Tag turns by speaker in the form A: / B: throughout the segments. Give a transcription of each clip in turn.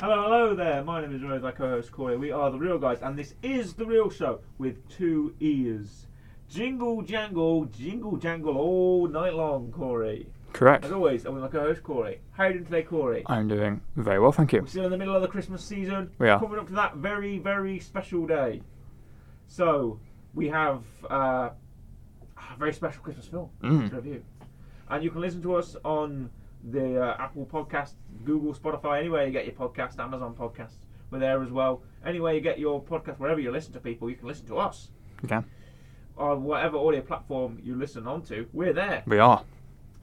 A: Hello, hello there. My name is Rose. I co-host Corey. We are the Real Guys, and this is the Real Show with two ears. Jingle jangle, jingle jangle all night long, Corey.
B: Correct.
A: As always, I'm with my co-host Corey. How are you doing today, Corey?
B: I'm doing very well, thank you.
A: We're still in the middle of the Christmas season.
B: We are.
A: coming up to that very, very special day. So we have uh, a very special Christmas film
B: Mm.
A: to review, and you can listen to us on the uh, Apple Podcast, Google, Spotify, anywhere you get your podcast, Amazon Podcasts. We're there as well. Anywhere you get your podcast, wherever you listen to people, you can listen to us
B: Okay.
A: on whatever audio platform you listen onto. We're there.
B: We are.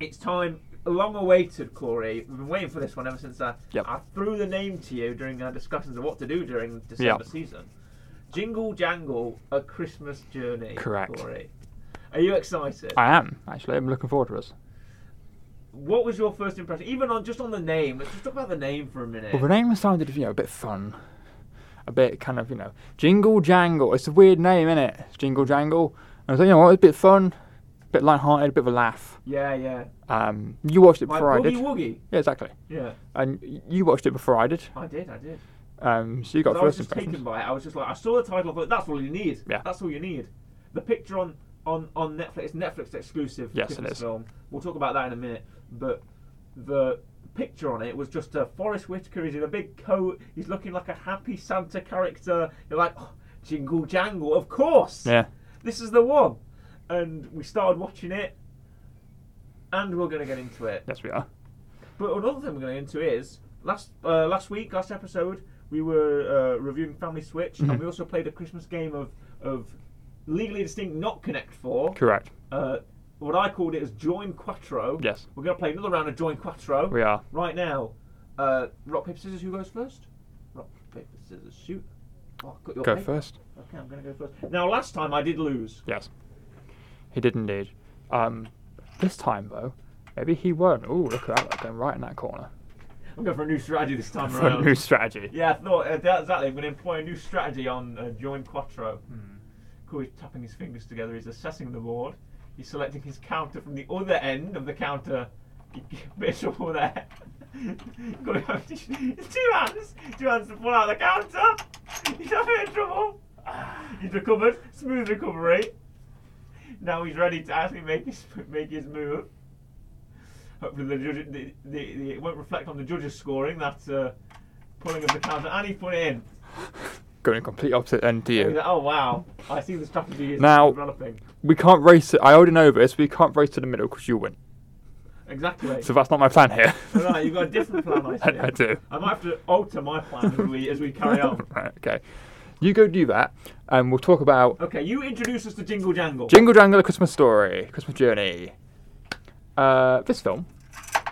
A: It's time, long awaited, Corey. We've been waiting for this one ever since I,
B: Yep.
A: I threw the name to you during our discussions of what to do during December
B: Yep.
A: season. Jingle Jangle, A Christmas Journey.
B: Correct.
A: Corey. Are you excited?
B: I am, actually. I'm looking forward to this.
A: what was your first impression? Even on just on the name, let's just talk about the name for a minute.
B: Well, the name sounded, you know, a bit fun. A bit kind of, you know, Jingle Jangle. It's a weird name, innit? It's Jingle Jangle. And I was like, you know what, it's a bit fun, a bit lighthearted, a bit of a laugh.
A: yeah, yeah.
B: Um, you watched it
A: Like
B: before I
A: Woogie
B: did.
A: Woogie.
B: Yeah, exactly.
A: Yeah,
B: And y- you watched it before I did.
A: I did, I did.
B: Um, so you got
A: I was
B: first
A: just
B: impressions.
A: taken by it. I was just like, I saw the title, I thought that's all you need.
B: Yeah.
A: That's all you need. The picture on on on Netflix, it's Netflix exclusive.
B: Yes, it
A: Christmas
B: is.
A: Film. We'll talk about that in a minute. But the picture on it was just uh, Forrest Whitaker. He's in a big coat. He's looking like a happy Santa character. You're like, oh, jingle jangle, of course.
B: Yeah.
A: This is the one. And we started watching it. And we're going to get into it.
B: Yes, we are.
A: But another thing we're going into is last uh, last week, last episode, we were uh, reviewing Family Switch, and
B: Mhm.
A: we also played a Christmas game of of legally distinct, not Connect Four.
B: Correct.
A: Uh, what I called it is Join Quattro.
B: Yes.
A: We're going to play another round of Join Quattro.
B: We are.
A: Right now, uh, rock paper scissors. Who goes first? Rock paper scissors shoot. Oh, I've got your
B: Go
A: paper.
B: first.
A: Okay, I'm going to go first. Now, last time I did lose.
B: Yes. He did indeed. Um, this time, though, maybe he won't. Ooh, look at that, like, going right in that corner.
A: I'm going for a new strategy this time
B: For a
A: around.
B: new strategy.
A: Yeah, I thought uh, that- exactly. I'm going to employ a new strategy on uh, join quattro. Corey's tapping his fingers together. He's assessing the board. He's selecting his counter from the other end of the counter. Bishop over there. Corey, two hands. Two hands to pull out the counter. He's having in trouble. He's recovered. Smooth recovery. Now he's ready to actually make his make his move. Hopefully the judge the, the, the, it won't reflect on the judges scoring that uh, pulling of the counter and he put it in.
B: Going complete opposite end to
A: He's
B: you.
A: like, oh wow, I see the strategy is
B: Now-
A: developing.
B: We can't race it. I already know this. We can't race to the middle because you win.
A: Exactly.
B: So that's not my plan here.
A: Right, you've got a different plan, I see.
B: I, do.
A: I might have to alter my plan as we as we carry on.
B: right, okay. You go do that, and we'll talk about
A: Okay, you introduce us to Jingle Jangle.
B: Jingle Jangle, A Christmas Story, Christmas Journey. Uh, this film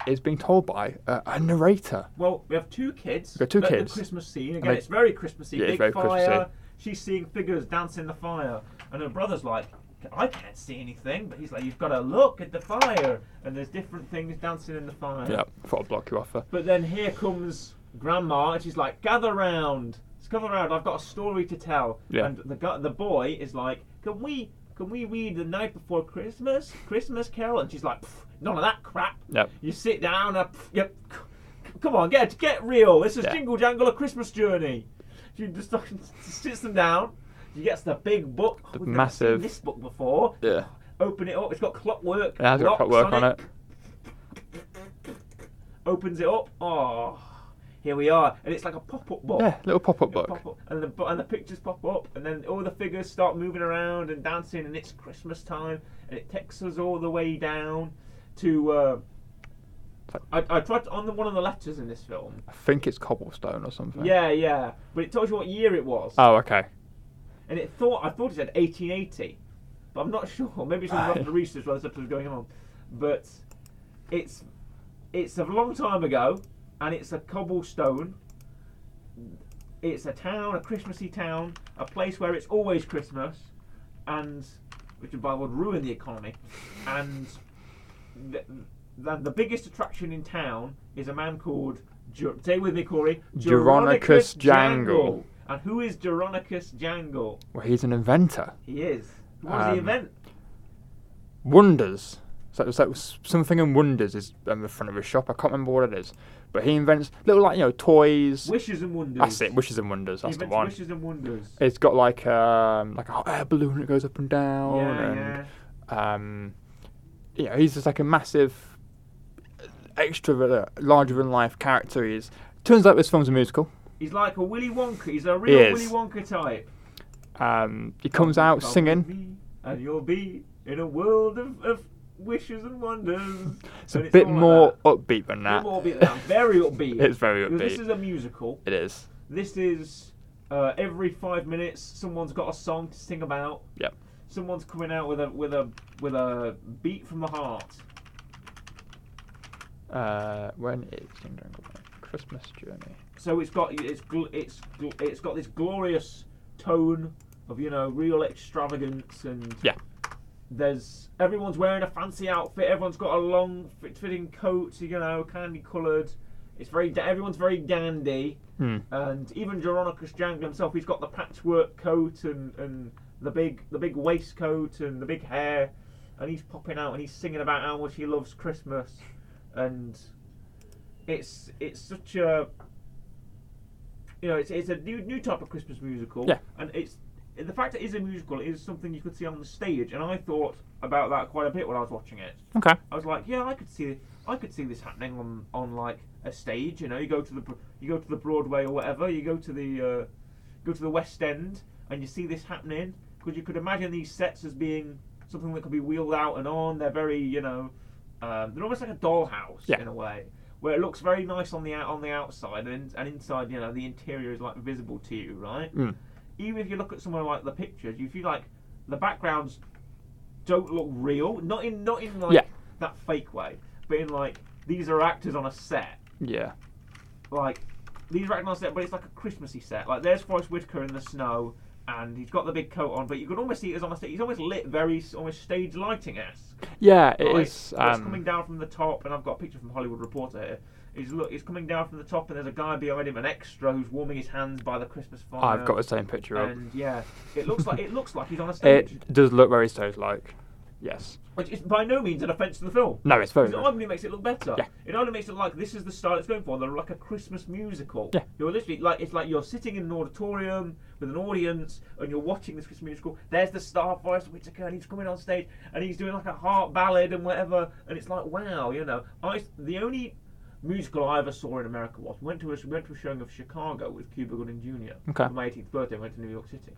B: is being told by uh, a narrator.
A: well, we have two kids.
B: We've got two
A: at
B: kids.
A: The Christmas scene again.
B: they-
A: it's very Christmassy.
B: Yeah, it's
A: big
B: very
A: fire.
B: Christmassy.
A: She's seeing figures dancing in the fire, and her brother's like, "I can't see anything," but he's like, "You've got to look at the fire." And there's different things dancing in the fire.
B: Yeah, thought I'd block you off there.
A: But then here comes Grandma, and she's like, "Gather round, Just gather round. I've got a story to tell."
B: Yeah.
A: And the gu- the boy is like, "Can we can we read the night before Christmas Christmas Carol?" And she's like, "Pff, "None of that crap.
B: Yep.
A: You sit down. Uh, pff, yep. c- Come on, get get real. This is
B: Yeah.
A: Jingle Jangle, a Christmas journey." She just like, sits them down. She gets the big book.
B: The
A: We've never seen
B: massive-
A: this book before.
B: Yeah.
A: Open it up. It's got clockwork.
B: It has got
A: locks
B: work on it.
A: opens it up. Oh, here we are, and it's like a pop-up book.
B: Yeah, little pop-up
A: It'll
B: book.
A: pop up, and the bu- and the pictures pop up, and then all the figures start moving around and dancing, and it's Christmas time, and it takes us all the way down to. Uh, I, I tried to, on the one of the letters in this film.
B: I think it's cobblestone or something.
A: Yeah, yeah, but it tells you what year it was,
B: Oh, okay.
A: and it thought I thought it said 1880, but I'm not sure. Maybe it's
B: Ah.
A: something the research while this episode's going on, but it's it's a long time ago, and it's a cobblestone. It's a town, a Christmassy town, a place where it's always Christmas, and which would- would ruin the economy. And the, the, the biggest attraction in town is a man called Ger- say with me, Corey.
B: Geronicus Jangle.
A: And who is Geronicus Jangle?
B: Well, he's an inventor.
A: He is. What was the
B: Um,
A: event?
B: Wonders. So, so something in Wonders is on the front of his shop. I can't remember what it is. But he invents little like you know toys.
A: Wishes and wonders.
B: That's it. Wishes and wonders.
A: He
B: That's the
A: invents
B: one.
A: Wishes and wonders.
B: It's got like um like a hot air balloon that goes up and down,
A: yeah, yeah.
B: and um, you know he's just like a massive extrovert, uh, larger than life character. He is. Turns out this film's a musical.
A: He's like a Willy Wonka. He's a real Willy
B: is.
A: Wonka type.
B: Um, he comes out
A: Come
B: singing.
A: with me, and you'll be in a world of, of wishes and wonders.
B: It's a
A: And
B: bit
A: all like
B: more
A: that.
B: upbeat than that.
A: Bit more upbeat than that. Very upbeat.
B: it's very
A: Because This
B: upbeat.
A: is a musical.
B: It is.
A: This is uh, every five minutes someone's got a song to sing about.
B: Yep.
A: Someone's coming out with a with a with a beat from the heart.
B: Uh, when is Jingle Jangle Bell? Christmas Journey?
A: So it's got it's gl- it's gl- it's got this glorious tone of you know real extravagance and
B: Yeah.
A: There's everyone's wearing a fancy outfit. Everyone's got a long fit- fitting coat. You know, candy coloured. It's very da- everyone's very dandy.
B: Hmm.
A: And even Geronicus Jangle himself, he's got the patchwork coat and, and the big the big waistcoat and the big hair, and he's popping out and he's singing about how much he loves Christmas, and it's it's such a you know it's, it's a new new type of Christmas musical,
B: Yeah.
A: and it's the fact it is a musical is something you could see on the stage, and I thought about that quite a bit when I was watching it.
B: Okay.
A: I was like, yeah, I could see, I could see this happening on, on like a stage. You know, you go to the, Bro- you go to the Broadway or whatever. You go to the, uh, go to the West End, and you see this happening because you could imagine these sets as being something that could be wheeled out and on. They're very, you know, um, they're almost like a dollhouse
B: Yeah.
A: in a way, where it looks very nice on the out on the outside, and and inside, you know, the interior is like visible to you, right?
B: Mm.
A: even if you look at somewhere like the pictures, you feel like the backgrounds don't look real. Not in not in like
B: Yeah.
A: that fake way, but in like these are actors on a set.
B: Yeah.
A: Like these are actors on a set, but it's like a Christmassy set. Like there's Forrest Whitaker in the snow, and he's got the big coat on, but you can almost see it's on a set. He's almost lit, very s- almost stage lighting esque.
B: Yeah, It is.
A: Like, it's coming
B: Um,
A: down from the top, and I've got a picture from Hollywood Reporter here. He's look, it's coming down from the top, and there's a guy behind him, an extra who's warming his hands by the Christmas fire.
B: I've got the same picture up.
A: uh, And yeah, it looks like it looks like he's on a stage,
B: It does look very stage-like. Yes.
A: which is by no means an offence to the film.
B: No, it's very.
A: It
B: good.
A: only makes it look better.
B: Yeah.
A: It only makes it like this is the style it's going for. They're like a Christmas musical.
B: Yeah.
A: You're literally like it's like you're sitting in an auditorium with an audience and you're watching this Christmas musical. There's the star Forest Whitaker and he's coming on stage and he's doing like a heart ballad and whatever. And it's like wow, you know. I the only musical I ever saw in America was we went to a we went to a showing of Chicago with Cuba Gooding Jr.
B: Okay.
A: for my 18th birthday. I went to New York City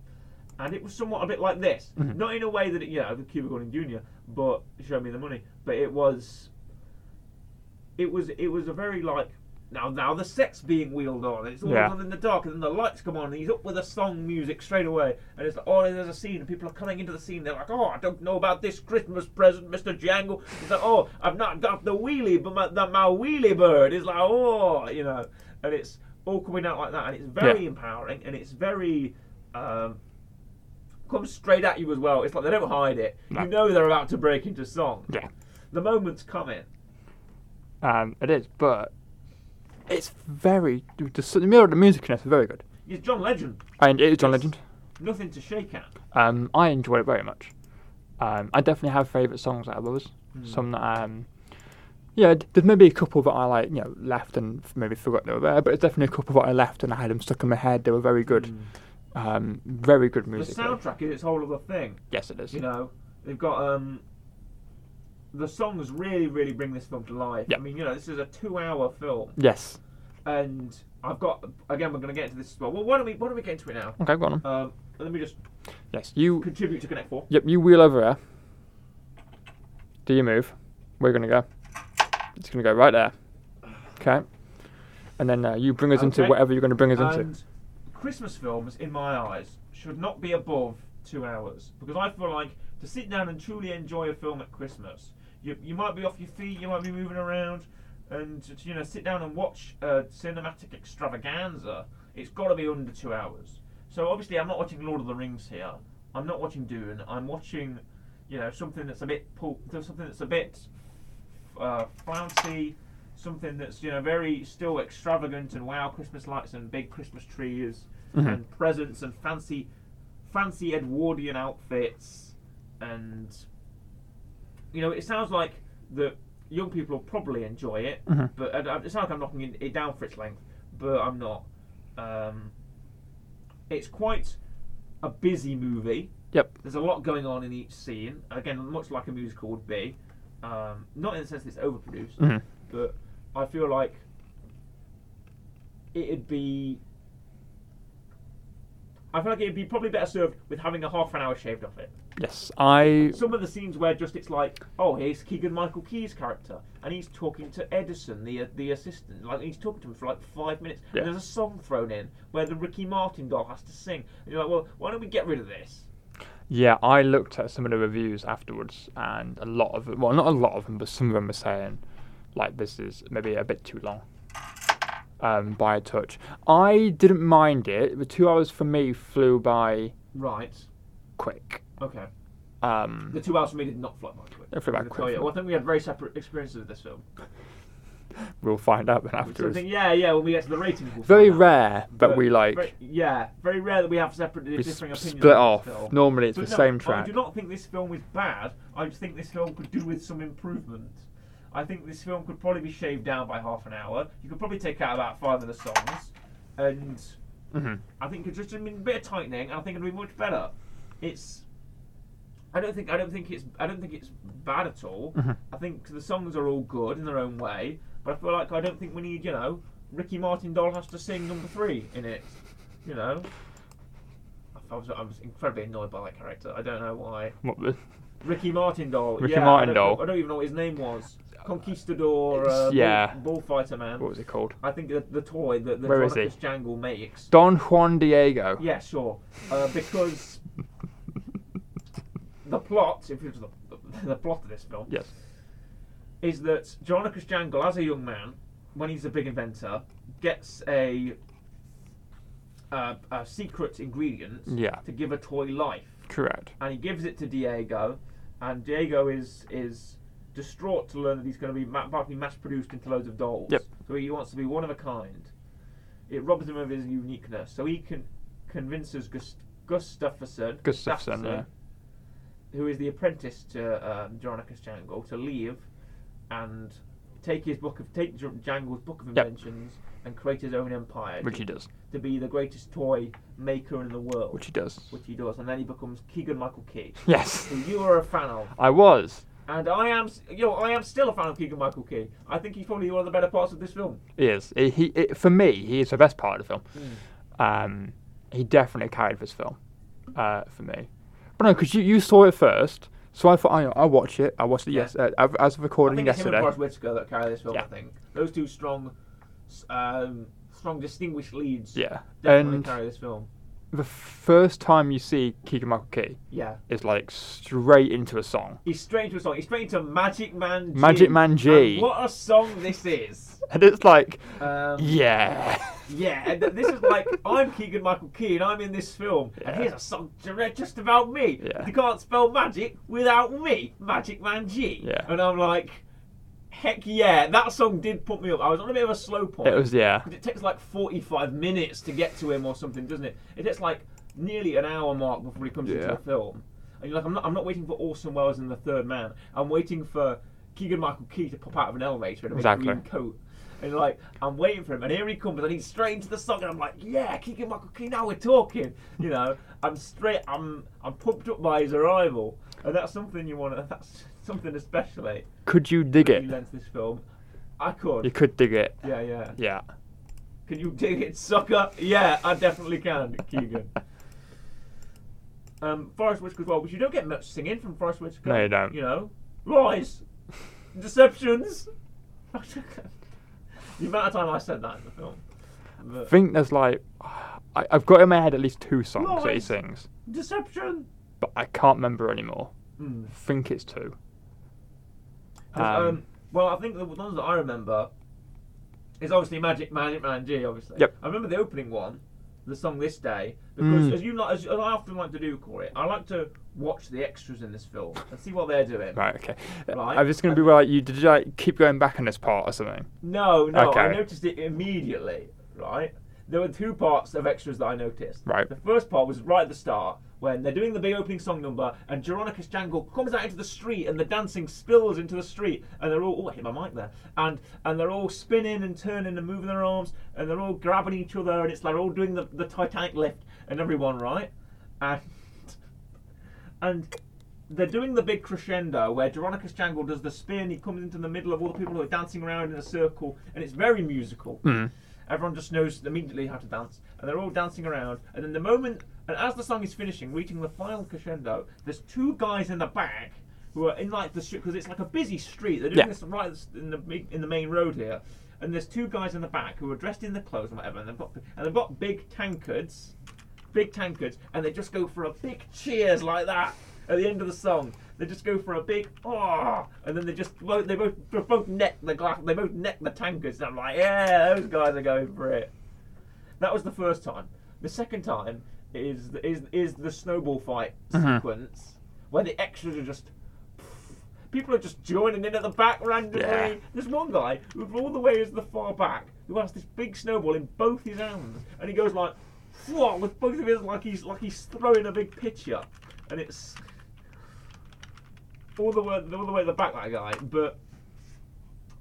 A: and it was somewhat a bit like this.
B: Mm-hmm.
A: Not in a way that it, you know, the Cuba Gooding Jr. but show me the money. But it was, it was, it was a very like now now the set's being wheeled on. and It's all
B: Yeah.
A: on in the dark, and then the lights come on, and he's up with the song music straight away. And it's like, oh, there's a scene, and people are coming into the scene. They're like, oh, I don't know about this Christmas present, Mister Jangle. It's like, oh, I've not got the wheelie, but my, the, my wheelie bird is like, oh, you know, and it's all coming out like that, and it's very
B: Yeah.
A: empowering, and it's very. Um, comes straight at you as well. It's like they don't hide it.
B: No.
A: You know they're about to break into song.
B: Yeah.
A: The moment's coming.
B: Um, it is, but it's very the, s- the mirror of the music in it's very good,
A: It's John Legend.
B: and it is John
A: Yes.
B: Legend.
A: Nothing to shake at.
B: Um, I enjoyed it very much. Um, I definitely have favourite songs out of others. Some that um, yeah, d- there's maybe a couple that I like, you know, left and f- maybe forgot they were there, but it's definitely a couple that I left and I had them stuck in my head. They were very good, um, very good
A: The
B: music.
A: soundtrack is its whole other thing.
B: Yes, it is.
A: You know, they've got um, the songs really, really bring this film to life.
B: Yeah.
A: I mean, you know, this is a two-hour film,
B: Yes.
A: and I've got again, we're going to get into this as well. Well, why don't we, why don't we get into it now?
B: Okay, go on.
A: Um, let me just
B: Yes, you.
A: contribute to Connect Four.
B: Yep, you wheel over there. Do your move. We're gonna go. It's gonna go right there. Okay. And then uh, you bring us into
A: Okay.
B: whatever you're gonna bring us into.
A: And Christmas films, in my eyes, should not be above two hours because I feel like to sit down and truly enjoy a film at Christmas, you, you might be off your feet, you might be moving around, and to, you know sit down and watch a cinematic extravaganza. It's got to be under two hours. So obviously, I'm not watching Lord of the Rings here. I'm not watching Dune. I'm watching, you know, something that's a bit pulp, something that's a bit uh, flouncy, something that's you know very still extravagant and wow Christmas lights and big Christmas trees and presents and fancy fancy Edwardian outfits and you know it sounds like the young people will probably enjoy it,
B: Mhm.
A: but and, uh, it's not like I'm knocking it- it down for its length, but I'm not. Um, it's quite a busy movie.
B: Yep.
A: There's a lot going on in each scene. Again, much like a musical would be, um, not in the sense that it's overproduced,
B: Mhm.
A: but I feel like it'd be. I feel like it'd be probably better served with having a half an hour shaved off it.
B: Yes, I.
A: Some of the scenes where just it's like, oh, here's Keegan Michael Key's character, and he's talking to Edison, the the assistant. Like he's talking to him for like five minutes,
B: Yeah.
A: and there's a song thrown in where the Ricky Martin doll has to sing. And you're like, well, why don't we get rid of this?
B: Yeah, I looked at some of the reviews afterwards, and a lot of well, not a lot of them, but some of them were saying like this is maybe a bit too long um, by a touch. I didn't mind it. The two hours for me flew by
A: Right.
B: quick.
A: Okay.
B: Um,
A: The two hours for me did not fly by quick.
B: They flew by
A: I'm gonna
B: quick
A: tell you.
B: for me.
A: Well, I think we had very separate experiences with this film.
B: we'll find out then
A: So I
B: afterwards.
A: think, yeah, yeah. When we get to the ratings, we'll
B: Very
A: find out.
B: rare that we like
A: very- yeah, very rare that we have separate,
B: we s-
A: differing opinions.
B: split
A: on
B: off.
A: this film.
B: Normally it's
A: But
B: the
A: no,
B: same
A: I
B: track.
A: do not think this film is bad. I just think this film could do with some improvement. I think this film could probably be shaved down by half an hour. You could probably take out about five of the songs, and
B: Mhm.
A: I think it just I mean, a bit of tightening, and I think it'd be much better. It's. I don't think I don't think it's I don't think it's bad at all.
B: Mhm.
A: I think the songs are all good in their own way, but I feel like I don't think we need you know Ricky Martin doll has to sing number three in it. You know, I was I was incredibly annoyed by that character. I don't know why.
B: What the-
A: Ricky Martin doll.
B: Ricky
A: yeah,
B: Martin
A: I don't know-
B: doll.
A: I don't even know what his name was. Conquistador.
B: It's-
A: Uh,
B: yeah.
A: Bull, bullfighter man.
B: What was it called?
A: I think the, the toy that the
B: Where is he?
A: Tronicus Jangle makes.
B: Don Juan Diego.
A: Yeah, sure. Uh, because the plot, if it was the, the plot of this film,
B: Yes.
A: is that Jonicus Jangle, as a young man, when he's a big inventor, gets a a, a secret ingredient
B: Yeah.
A: to give a toy life,
B: Correct.
A: and he gives it to Diego, and Diego is is distraught to learn that he's going to be ma- about to be mass produced into loads of dolls.
B: Yep.
A: So he wants to be one of a kind. It robs him of his uniqueness. So he can convinces Gust- Gustafsson,
B: Gustafsson, yeah.
A: who is the apprentice to um, Jonicus Jangle, to leave and take his book of take Jan- Jangle's book of
B: Yep.
A: inventions and create his own empire
B: Which
A: to,
B: he does.
A: to be the greatest toy maker in the world,
B: Which he does.
A: which he does, and then he becomes Keegan Michael Key,
B: Yes.
A: who you are a fan of.
B: I was.
A: And I am, s- you know, I am still a fan of Keegan Michael Key. I think he's probably one of the better parts of this film.
B: He is. He, he it, for me, he is the best part of the film.
A: Hmm.
B: Um, he definitely carried this film uh, for me. But no, because you, you saw it first, so I thought I I'll watch it. I watched it
A: Yeah.
B: yes uh, as- as of
A: I
B: recording
A: think it's him
B: yesterday.
A: and Forrest Whitaker that carry this film.
B: Yeah.
A: I think those two strong, s- um, strong distinguished leads.
B: Yeah,
A: definitely
B: and
A: carry this film.
B: the first time you see Keegan Michael Key
A: Yeah,
B: is like straight into a song,
A: he's straight into a song. He's straight into Magic Man. G.
B: Magic Man G.
A: And what a song this is.
B: and it's like
A: Um,
B: yeah,
A: yeah, and th- this is like I'm Keegan Michael Key and I'm in this film, and
B: Yeah.
A: here's a song dir- just about me.
B: Yeah.
A: You can't spell magic without me, Magic Man G.
B: Yeah.
A: And I'm like, heck yeah, that song did put me up. I was on a bit of a slow point.
B: it was yeah.
A: 'Cause it takes like 45 minutes to get to him or something, doesn't it? It takes like nearly an hour mark before he comes into
B: Yeah.
A: the film. And you're like, I'm not, I'm not waiting for Orson Welles and the Third Man. I'm waiting for Keegan Michael Key to pop out of an elevator in a big
B: Exactly.
A: green coat. And you're like, I'm waiting for him. And here he comes, and he's straight into the song. And I'm like, yeah, Keegan Michael Key, now we're talking. You know, I'm straight, I'm I'm pumped up by his arrival. And that's something you want to, that's something especially
B: Could you dig
A: you
B: it?
A: lent this film. I
B: You
A: could.
B: could dig it.
A: Yeah, yeah.
B: Yeah.
A: Can you dig it, sucker? Yeah, I definitely can, Keegan. um, Forest Whitaker as well, which you don't get much singing from Forest Whitaker.
B: No, you don't.
A: You know, lies, deceptions. the amount of time I said that in the film.
B: I
A: But-
B: think there's like I, I've got in my head at least two songs that he
A: Lies.
B: sings,
A: Deception.
B: but I can't remember anymore.
A: Hmm.
B: think it's two.
A: 'Cause,
B: Um,
A: um, well, I think the ones that I remember is obviously Magic Magic Man G. Obviously,
B: Yep.
A: I remember the opening one, the song "This Day," because
B: Mm.
A: as you like, as, as I often like to do, Corey, I like to watch the extras in this film and see what they're doing.
B: Right. Okay.
A: Right.
B: I was going to be like, you did you like keep going back on this part or something?
A: No, no, I
B: Okay.
A: noticed it immediately. Right there were two parts of extras that I noticed.
B: Right.
A: The first part was right at the start when they're doing the big opening song number and Jeronicus Jangle comes out into the street and the dancing spills into the street and they're all oh I hit my mic there and and they're all spinning and turning and moving their arms and they're all grabbing each other and it's like all doing the, the Titanic lift and everyone right and and they're doing the big crescendo where Jeronicus Jangle does the spin, he comes into the middle of all the people who are dancing around in a circle, and it's very musical.
B: Mm.
A: Everyone just knows immediately how to dance, and they're all dancing around. And then the moment, and as the song is finishing, reaching the final crescendo, there's two guys in the back who are in like the street because it's like a busy street. They're doing
B: Yeah.
A: this right in the big- in the main road here, and there's two guys in the back who are dressed in the clothes and whatever, and they've got and they've got big tankards, big tankards, and they just go for a big cheers like that at the end of the song. They just go for a big oh, and then they just both they both they both neck the glass, they both neck the tankards, and I'm like, yeah, those guys are going for it. That was the first time. The second time is is is the snowball fight
B: Mhm.
A: sequence where the extras are just people are just joining in at the back randomly.
B: Yeah.
A: There's one guy who from all the way is the far back who has this big snowball in both his hands and he goes like "Whoa," with both of his like he's like he's throwing a big pitcher and it's all the way all the way at the back that guy but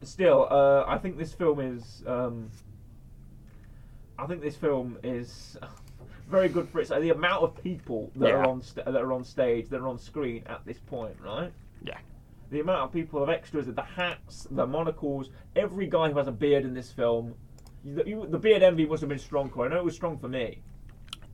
A: still uh, I think this film is um, I think this film is very good for its the amount of people that are
B: Yeah.
A: on st- that are on stage that are on screen at this point right
B: Yeah.
A: the amount of people of extras the hats the monocles every guy who has a beard in this film you, you, the beard envy must have been strong Corey. I know it was strong for me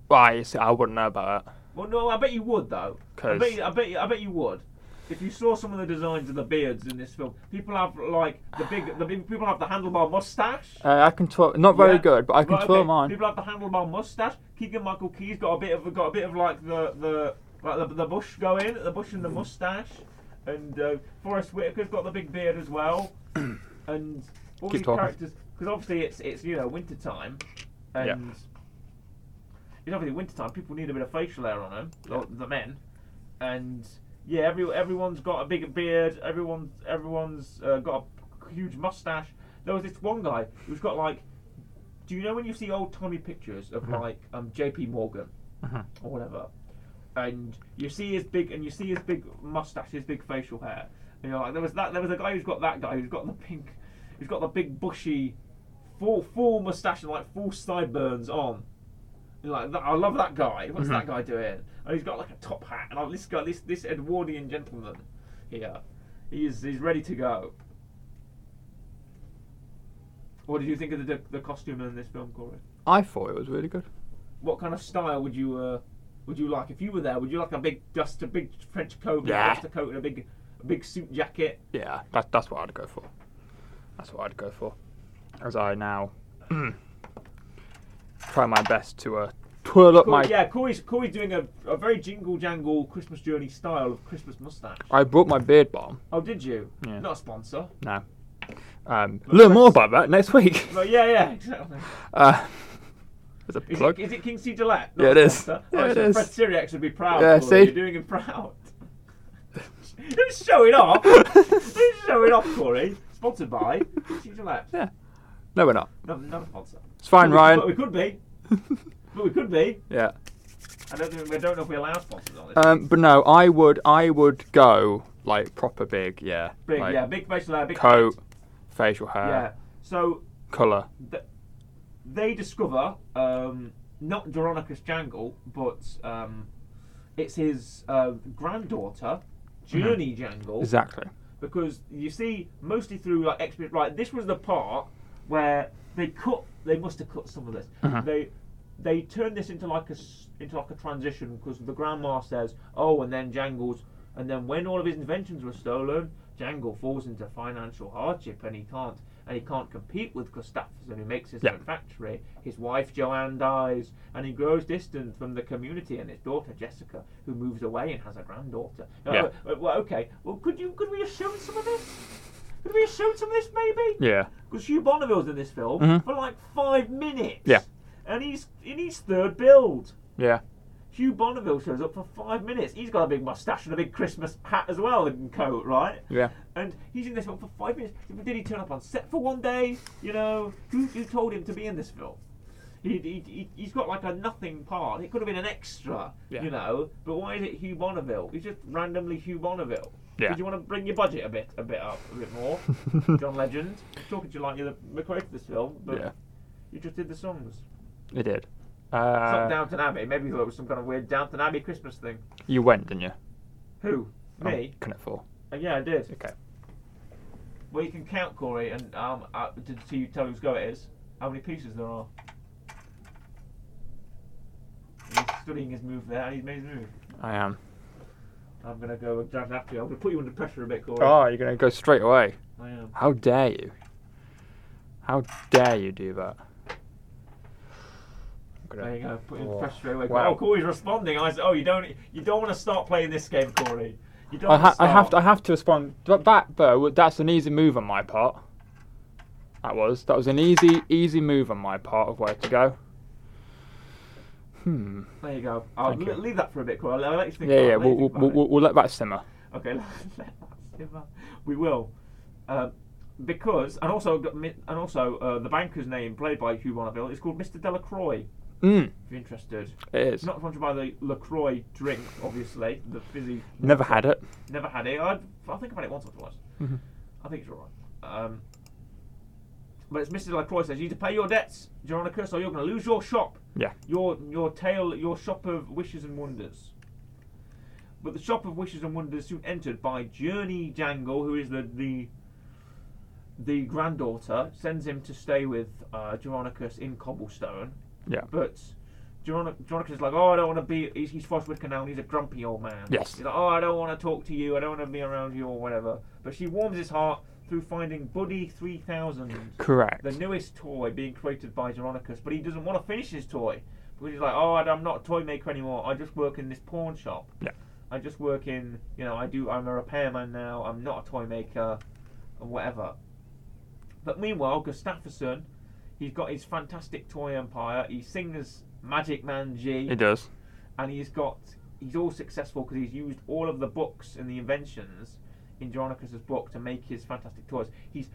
B: Why? see, I wouldn't know about that.
A: well no I bet you would though I
B: 'Cause-
A: bet you, I bet you, I bet you would if you saw some of the designs of the beards in this film people have like the big the big people have the handlebar mustache
B: Uh, I can twirl. Not very
A: Yeah.
B: good, but I can
A: Right,
B: twirl
A: okay.
B: mine.
A: People have the handlebar mustache. Keegan Michael Key's got a bit of got a bit of like the the like the, the bush going, the bush and the mustache, and uh, Forrest Whitaker's got the big beard as well, and all
B: Keep
A: these
B: talking.
A: characters because obviously it's it's you know winter time, and
B: Yeah.
A: it's obviously winter time. People need a bit of facial hair on them, the, the men, and yeah, every everyone's got a big beard. Everyone's everyone's uh, got a huge mustache. There was this one guy who's got like do you know when you see old timey pictures of like um, J.P. Morgan
B: Mhm.
A: or whatever, and you see his big and you see his big mustache, his big facial hair. You know, like there was that. There was a guy who's got that guy who's got the pink, who's got the big bushy, full full mustache and like full sideburns on. And, Like that, I love that guy. What's that
B: Mhm.
A: guy doing? And he's got like a top hat. And like, this guy, this this Edwardian gentleman here, he is he's ready to go. What did you think of the the costume in this film, Corey?
B: I thought it was really good.
A: What kind of style would you uh, would you like if you were there? Would you like a big just a big French coat, with
B: Yeah.
A: just a coat, and a big a big suit jacket?
B: Yeah, that, that's what I'd go for. That's what I'd go for. As I now try my best to uh, twirl up
A: Corey,
B: my.
A: Oh, Yeah, Corey's Corey's doing a, a very jingle jangle Christmas journey style of Christmas mustache.
B: I brought my beard balm.
A: Oh, did you?
B: Yeah.
A: Not a sponsor.
B: No. Um, learn more about that next week.
A: But yeah, yeah, exactly.
B: Uh, there's a
A: Is
B: plug.
A: it, is it Kingsley Gillette?
B: Yeah, it is.
A: sponsor?
B: Yeah,
A: Oh,
B: it
A: so
B: is.
A: Fred Syriac should be proud.
B: Yeah,
A: Corey.
B: see?
A: You're doing him proud. Who's showing off? Who's showing off, Corey? Sponsored by Kingsley Gillette.
B: Yeah. No, we're not.
A: No, not a sponsor.
B: It's fine,
A: But we- But we
B: Ryan.
A: could be. But we could be.
B: yeah.
A: I don't think we don't know if we allow sponsors on this.
B: Um, but no, I would. I would go like proper big. Yeah.
A: big,
B: like,
A: yeah, big facial hair, big
B: Coat, uh, facial hair,
A: Yeah. So
B: color.
A: th- they discover um, not Doronicus Jangle, but um, it's his uh, granddaughter, Journey Jangle.
B: Mm-hmm. Exactly.
A: because you see mostly through like expert right this was the part where they cut they must have cut some of this
B: Mhm.
A: they they turned this into like a s- into like a transition because the grandma says oh and then jangles and then when all of his inventions were stolen jangle falls into financial hardship and he can't and he can't compete with Gustafsson, who makes his
B: Yeah.
A: own factory. His wife Joanne dies, and he grows distant from the community and his daughter Jessica, who moves away and has a granddaughter. Uh,
B: Yeah.
A: uh, well, okay. Well, could you could we have shown some of this? Could we have shown some of this maybe?
B: Yeah.
A: Because Hugh Bonneville's in this film
B: Mhm.
A: for like five minutes.
B: Yeah.
A: And he's in his third build.
B: Yeah.
A: Hugh Bonneville shows up for five minutes. He's got a big mustache and a big Christmas hat as well and coat, right?
B: Yeah.
A: And he's in this film for five minutes. Did he turn up on set for one day? You know, who, who told him to be in this film? He, he, he, he's got like a nothing part. It could have been an extra,
B: Yeah.
A: you know. But why is it Hugh Bonneville? He's just randomly Hugh Bonneville.
B: Yeah.
A: Did you want to bring your budget a bit, a bit up, a bit more? John Legend. Talking to you like you're the McQuaid for this film, but
B: yeah,
A: you just did the songs.
B: it did.
A: It's not
B: Uh,
A: Downton Abbey. Maybe you thought it was some kind of weird Downton Abbey Christmas thing.
B: you went, didn't you?
A: Who? Me?
B: Oh, Connect Four.
A: Uh, yeah, I did.
B: Okay.
A: Well, you can count, Corey, and um, uh, to, to you tell whose go it is, how many pieces there are. He's studying his move there, and he's made his move.
B: I am.
A: I'm going to go with Downton Abbey. I'm going to put you under pressure a bit, Corey.
B: Oh, you're gonna go straight away.
A: I am.
B: How dare you? How dare you do that? I'm gonna-
A: There you go. Put you
B: Oh,
A: under pressure straight away.
B: wow.
A: Oh, Corey's responding. I said, oh, you don't, you don't want to start playing this game, Corey. You don't
B: I,
A: wanna
B: ha- I have
A: start.
B: to. I have to respond. But that though, that's an easy move on my part. That was. That was an easy, easy move on my part of where to go. Hmm.
A: There you go. I'll
B: Thank
A: le-
B: you.
A: leave that for a bit, Corey. I'll, I'll let you think
B: Yeah,
A: about it.
B: yeah.
A: Let you
B: We'll,
A: think
B: we'll,
A: about
B: we'll,
A: it.
B: we'll, let that simmer.
A: Okay, let us simmer. We will, um, because and also got mi- and also uh, the banker's name played by Hugh Bonneville is called Mr. Delacroix.
B: Mm.
A: If you're interested,
B: It
A: it's
B: is.
A: not sponsored by the Lacroix drink, obviously. The fizzy.
B: Never had it.
A: Never had it. I'd, I think I've had it once or twice.
B: Mhm.
A: I think it's alright. Um, but it's Mr. Lacroix says you need to pay your debts, Jeronicus, or you're going to lose your shop.
B: Yeah.
A: Your your tale, your shop of wishes and wonders. But the shop of wishes and wonders is soon entered by Journey Jangle, who is the the, the granddaughter, sends him to stay with uh, Jeronicus in Cobblestone.
B: Yeah.
A: But Jeroni- Jeronicus is like, oh, I don't want to be. He's, he's Frostwicker now, and he's a grumpy old man.
B: Yes.
A: He's like, oh, I don't want to talk to you. I don't want to be around you or whatever. But she warms his heart through finding Buddy Three Thousand
B: Correct.
A: the newest toy being created by Geronicus, but he doesn't want to finish his toy because he's like, oh, I- I'm not a toy maker anymore. I just work in this pawn shop.
B: Yeah.
A: I just work in, you know, I do. I'm a repairman now. I'm not a toy maker, or whatever. But meanwhile, Gustafsson, he's got his fantastic toy empire. He sings Magic Man G,
B: It does.
A: and he's got. He's all successful because he's used all of the books and the inventions in Geronicus's book to make his fantastic toys. He's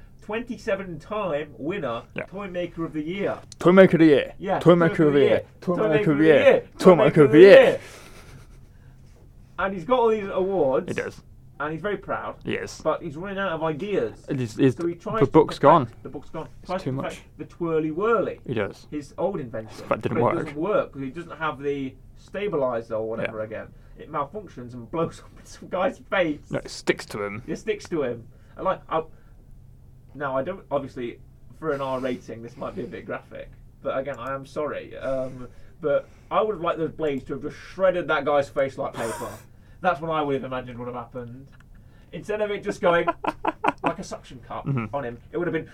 A: 27-time winner,
B: Yeah.
A: Toy Maker of the Year.
B: Toy maker of the year.
A: Yeah.
B: Toy maker of the year. Toy maker of the year. Toy maker of the year.
A: And he's got all these awards.
B: It does.
A: And he's very proud,
B: Yes.
A: but he's running out of ideas.
B: It is, it's,
A: So he tries.
B: the
A: to
B: book's
A: perfect-
B: gone.
A: The book's gone. Tries
B: too
A: to
B: much.
A: perfect The twirly whirly.
B: It does.
A: His old invention.
B: That didn't
A: but
B: work.
A: It doesn't work because he doesn't have the stabilizer or whatever again. It malfunctions and blows up in some guy's face.
B: No, it sticks to him.
A: It sticks to him. And like, I, now I don't. Obviously, for an R rating, this might be a bit graphic. But again, I am sorry. Um, but I would have liked those blades to have just shredded that guy's face like paper. That's what I would have imagined would have happened. Instead of it just going like a suction cup on him, it would have been,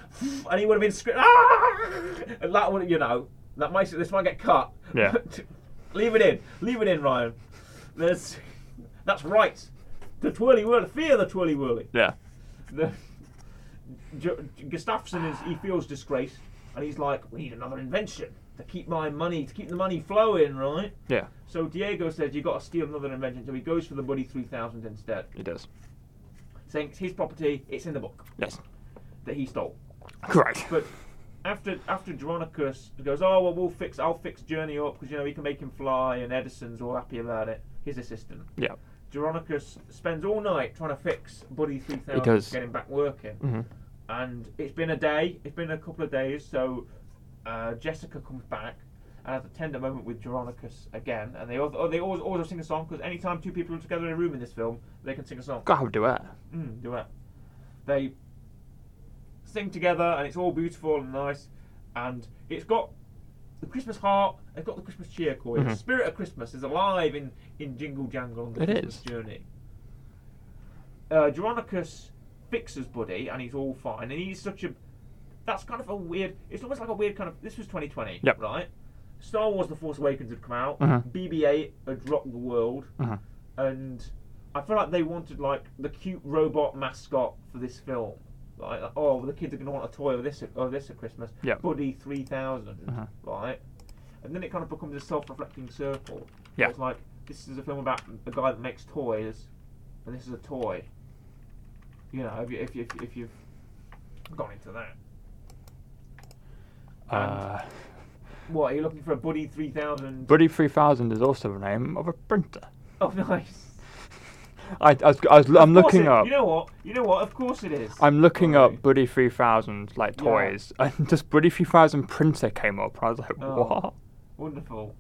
A: and he would have been screaming, and that would, you know, that might this might get cut.
B: Yeah.
A: leave it in, leave it in, Ryan. There's, that's right. The twirly whirly, fear the twirly whirly
B: Yeah.
A: the J- Gustafsson is he feels disgraced, and he's like, we need another invention to keep my money to keep the money flowing, right?
B: Yeah.
A: So Diego says you got to steal another invention, so he goes for the Buddy three thousand instead,
B: It does.
A: saying it's his property, it's in the book
B: Yes.
A: that he stole.
B: Correct.
A: But after after Geronicus goes, oh well, we'll fix, I'll fix Journey up because you know we can make him fly, and Edison's all happy about it, his assistant.
B: Yeah.
A: Geronicus spends all night trying to fix Buddy three
B: He
A: thousand
B: does.
A: to get him back working.
B: hmm
A: and it's been a day, it's been a couple of days, so uh, Jessica comes back and has a tender moment with Geronicus again, and they all, oh, they always, always sing a song, because anytime two people are together in a room in this film, they can sing a song.
B: Gotta have a duet.
A: Mm, duet. They sing together, and it's all beautiful and nice, and it's got the Christmas heart, it's got the Christmas cheer, Corey.
B: Mhm.
A: The spirit of Christmas is alive in, in Jingle Jangle and the
B: It
A: Christmas
B: is.
A: Journey. Uh, Geronicus fixes Buddy, and he's all fine, and he's such a. That's kind of a weird. It's almost like a weird kind of. This was 2020,
B: Yep.
A: right? Star Wars: The Force Awakens had come out.
B: Mhm.
A: BB-8 had rocked the world
B: Mhm.
A: and I feel like they wanted like the cute robot mascot for this film. Like, oh, the kids are gonna want a toy of this at, of this at Christmas.
B: Yeah.
A: Buddy three thousand,
B: Mhm.
A: right? And then it kind of becomes a self-reflecting circle.
B: Yeah.
A: It's like this is a film about a guy that makes toys, and this is a toy. You know, if you, if you, if you've gone into that.
B: Uh,
A: What are you looking for? A Buddy three thousand?
B: Buddy 3000 is also the name of a printer.
A: Oh, nice.
B: I, I was, I was,
A: Of
B: I'm
A: course
B: looking
A: it-
B: up.
A: You know what? You know what? Of course it is.
B: I'm looking
A: Alright.
B: up Buddy 3000 like
A: Yeah.
B: toys, and just Buddy 3000 printer came up. and I was like,
A: Oh.
B: what?
A: Wonderful.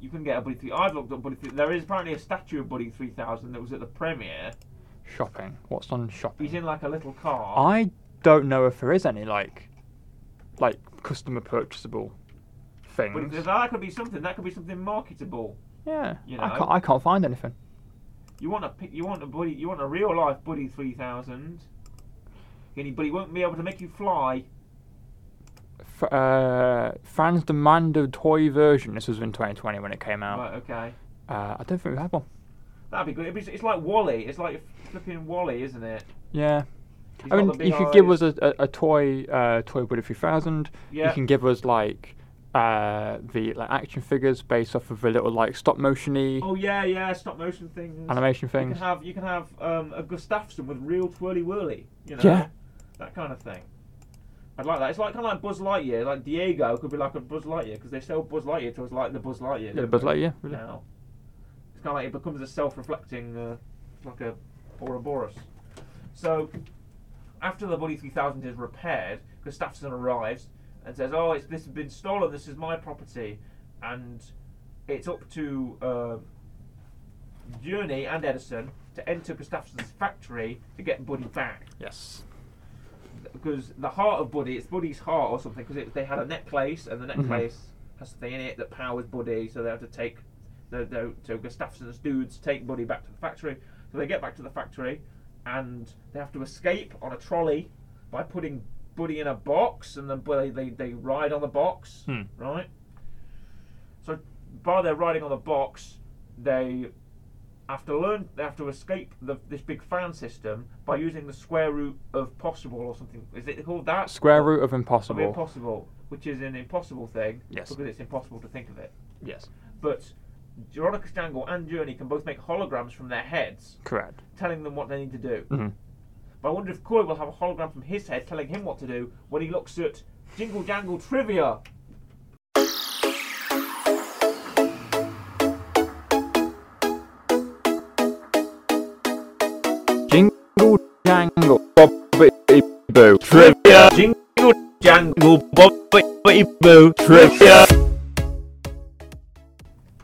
A: You can get a Buddy three. I've looked up Buddy three. There is apparently a statue of Buddy three thousand that was at the premiere.
B: Shopping. What's on shopping?
A: He's in like a little car.
B: I don't know if there is any like, like customer purchasable
A: But
B: things.
A: if- that could be something. That could be something marketable.
B: yeah,
A: you
B: I
A: know.
B: can't. I can't find anything.
A: You want a pic- you want a buddy you want a real life buddy three thousand. But he won't be able to make you fly.
B: F- uh, Fran's the Mando toy version. This was in 2020 when it came out.
A: Right, okay.
B: Uh, I don't think we had one.
A: That'd be good. It'd be, it's like Wally. It's like flipping Wally, isn't it?
B: Yeah,
A: He's got
B: I mean,
A: the big
B: you could give
A: eyes.
B: us a, a, a toy, uh, toy Buddy 3000.
A: Yeah.
B: You can give us like uh, the like action figures based off of the little like stop motiony
A: Oh yeah, yeah, stop motion things.
B: animation
A: You
B: things.
A: can have you can have um, a Gustafsson with real twirly whirly. You know,
B: Yeah.
A: That kind of thing. I'd like that. It's like kind of like Buzz Lightyear. Like Diego could be like a Buzz Lightyear because they sell Buzz Lightyear to us like the Buzz Lightyear.
B: Yeah,
A: don't
B: Buzz
A: they?
B: Lightyear, really.
A: Now, it's kind of like it becomes a self-reflecting, uh, like a Ouroboros. So, after the Buddy 3000 is repaired, Gustafsson arrives and says, "Oh, it's this has been stolen. This is my property, and it's up to uh, Journey and Edison to enter Gustafsson's factory to get Buddy back."
B: Yes.
A: because the heart of Buddy, it's Buddy's heart or something, because they had a necklace and the necklace has something in it that powers Buddy, so they have to take the, the so Gustafson's dudes take Buddy back to the factory. So they get back to the factory and they have to escape on a trolley by putting Buddy in a box and then Buddy they, they ride on the box,
B: Hmm.
A: right? So while they're riding on the box, they have to learn they have to escape the, this big fan system by using the square root of possible or something. Is it called that?
B: Square root of
A: Oh. of
B: impossible.
A: impossible, which is an impossible thing
B: Yes.
A: because it's impossible to think of it.
B: Yes.
A: But Jeronicus Dangle and Journey can both make holograms from their heads,
B: Correct.
A: telling them what they need to do.
B: hmm
A: But I wonder if Corey will have a hologram from his head telling him what to do when he looks at Jingle Jangle Trivia.
B: Jingle jangle bobbity boo.
A: Trivia! Jingle Jangle
B: Bobbity boo. Trivia.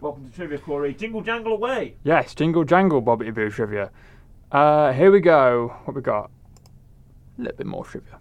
A: Welcome to Trivia, Corey. Jingle Jangle away!
B: Yes, jingle jangle bobbity boo trivia. Uh, here we go. What we got? A little bit more trivia.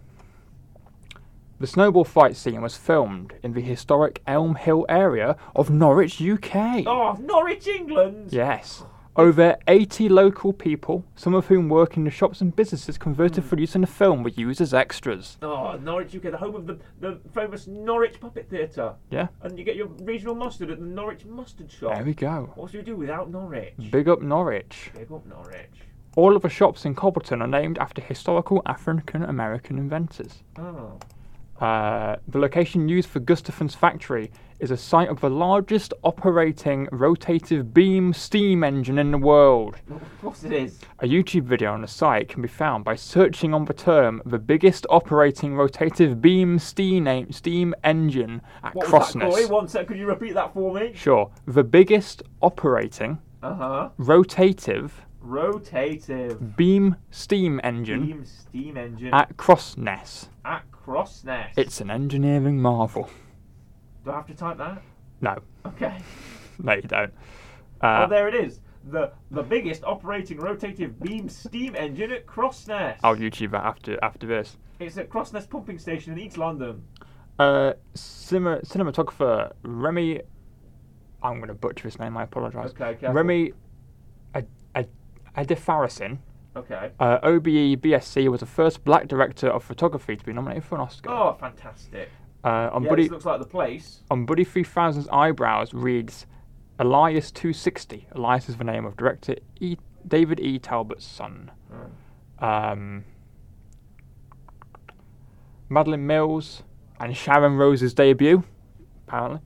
B: The snowball fight scene was filmed in the historic Elm Hill area of Norwich, UK.
A: Oh, Norwich, England!
B: Yes. Over 80 local people, some of whom work in the shops and businesses converted for use in the film, were used as extras.
A: Oh, Norwich, UK, the home of the, the famous Norwich Puppet Theatre.
B: Yeah,
A: And you get your regional mustard at the Norwich Mustard Shop.
B: there we go.
A: What do you do without Norwich?
B: Big up Norwich.
A: Big up Norwich.
B: All of the shops in Cobbleton are named after historical African American inventors.
A: Oh.
B: Uh, the location used for Gustafson's factory is a site of the largest operating rotative beam steam engine in the world.
A: Of course it is.
B: A YouTube video on the site can be found by searching on the term the biggest operating rotative beam steam, en- steam engine at
A: What was that, Corey?
B: Crossness.
A: One sec, could you repeat that for me?
B: Sure. The biggest operating
A: Uh huh.
B: rotative
A: Rotative
B: beam steam engine
A: steam steam engine at,
B: Mm. at Crossness.
A: Crossness.
B: It's an engineering marvel.
A: Do I have to type that?
B: No,
A: Okay.
B: no, you don't.
A: Oh,
B: Uh,
A: there it is. The the biggest operating rotative beam steam engine at Crossness.
B: I'll YouTube that after after this.
A: It's at Crossness Pumping Station in East London.
B: Uh, cinema, cinematographer Remy. I'm going to butcher his name. I apologise.
A: Okay, careful.
B: Remy Adifarasin,
A: Okay.
B: uh, OBE BSc, was the first black director of photography to be nominated for an Oscar.
A: Oh, fantastic.
B: Uh, on
A: yeah,
B: Buddy
A: this looks like the place.
B: on Buddy 3000's eyebrows reads Elias 260. Elias is the name of director E. David E. Talbot's son.
A: Oh.
B: Um, Madeline Mills and Sharon Rose's debut, apparently.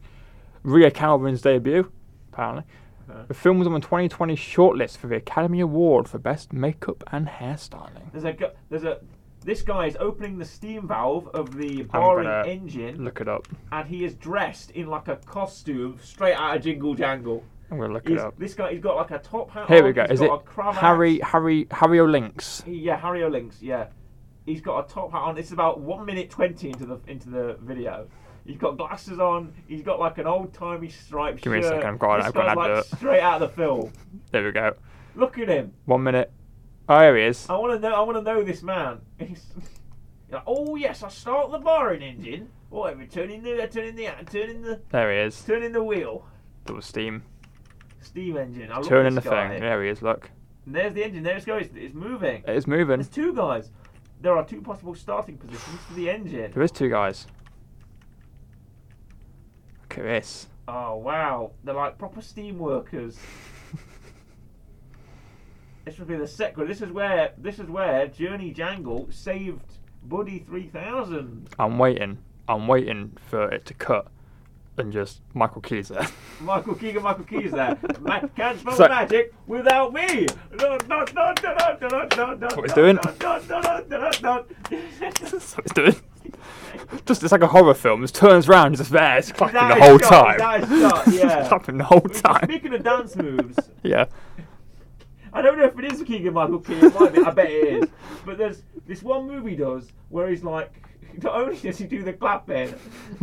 B: Rhea Calvin's debut, apparently.
A: Okay.
B: The film was on the 2020 shortlist for the Academy Award for Best Makeup and Hairstyling.
A: There's a gu- there's a This guy is opening the steam valve of the
B: gonna
A: boring engine,
B: Look it up.
A: and he is dressed in like a costume straight out of Jingle Jangle.
B: I'm gonna look it
A: He's,
B: up.
A: this guy, he's got like a top hat.
B: Here
A: on,
B: we go.
A: he's
B: Is it
A: got a cravat.
B: Harry Harry Harry O'Links?
A: He- yeah, Harry O'Links. Yeah, he's got a top hat on. It's about one minute twenty into the into the video. He's got glasses on. He's got like an old timey striped
B: Give me a
A: shirt.
B: second, I've got-
A: This
B: I've got
A: guy's
B: an
A: like
B: advert.
A: straight out of the film.
B: There we go.
A: Look at him.
B: One minute. Oh, here he is.
A: I want to know. I want to know this man. He's you're like, oh yes, I start the boring engine. Whatever, turning the uh, turning the turning the
B: There he is.
A: turning the wheel.
B: Double steam.
A: Steam engine. I love
B: Turning the
A: this guy.
B: thing. There he is. Look,
A: And there's the engine. There it goes. It's moving.
B: it is moving.
A: There's two guys. There are two possible starting positions for the engine.
B: There is two guys. Look at this.
A: Oh wow, they're like proper steam workers. This would be the secret. This is where this is where Journey Jangle saved Buddy three thousand.
B: I'm waiting. I'm waiting for it to cut, and just Michael Keys there.
A: Michael Keegan, Michael Keys there. Ma- can't spell
B: So-
A: magic without me. That's what
B: what he's doing. That's what it's doing. Just it's like a horror film. Just turns round, just there, it's clapping
A: That
B: the
A: is
B: whole
A: shot,
B: time.
A: that is shot, yeah.
B: clapping the whole time.
A: Speaking of dance moves,
B: Yeah.
A: I don't know if it is Keegan Michael Key. It might be. I bet it is. But there's this one movie he does where he's like, not only does he do the clapping,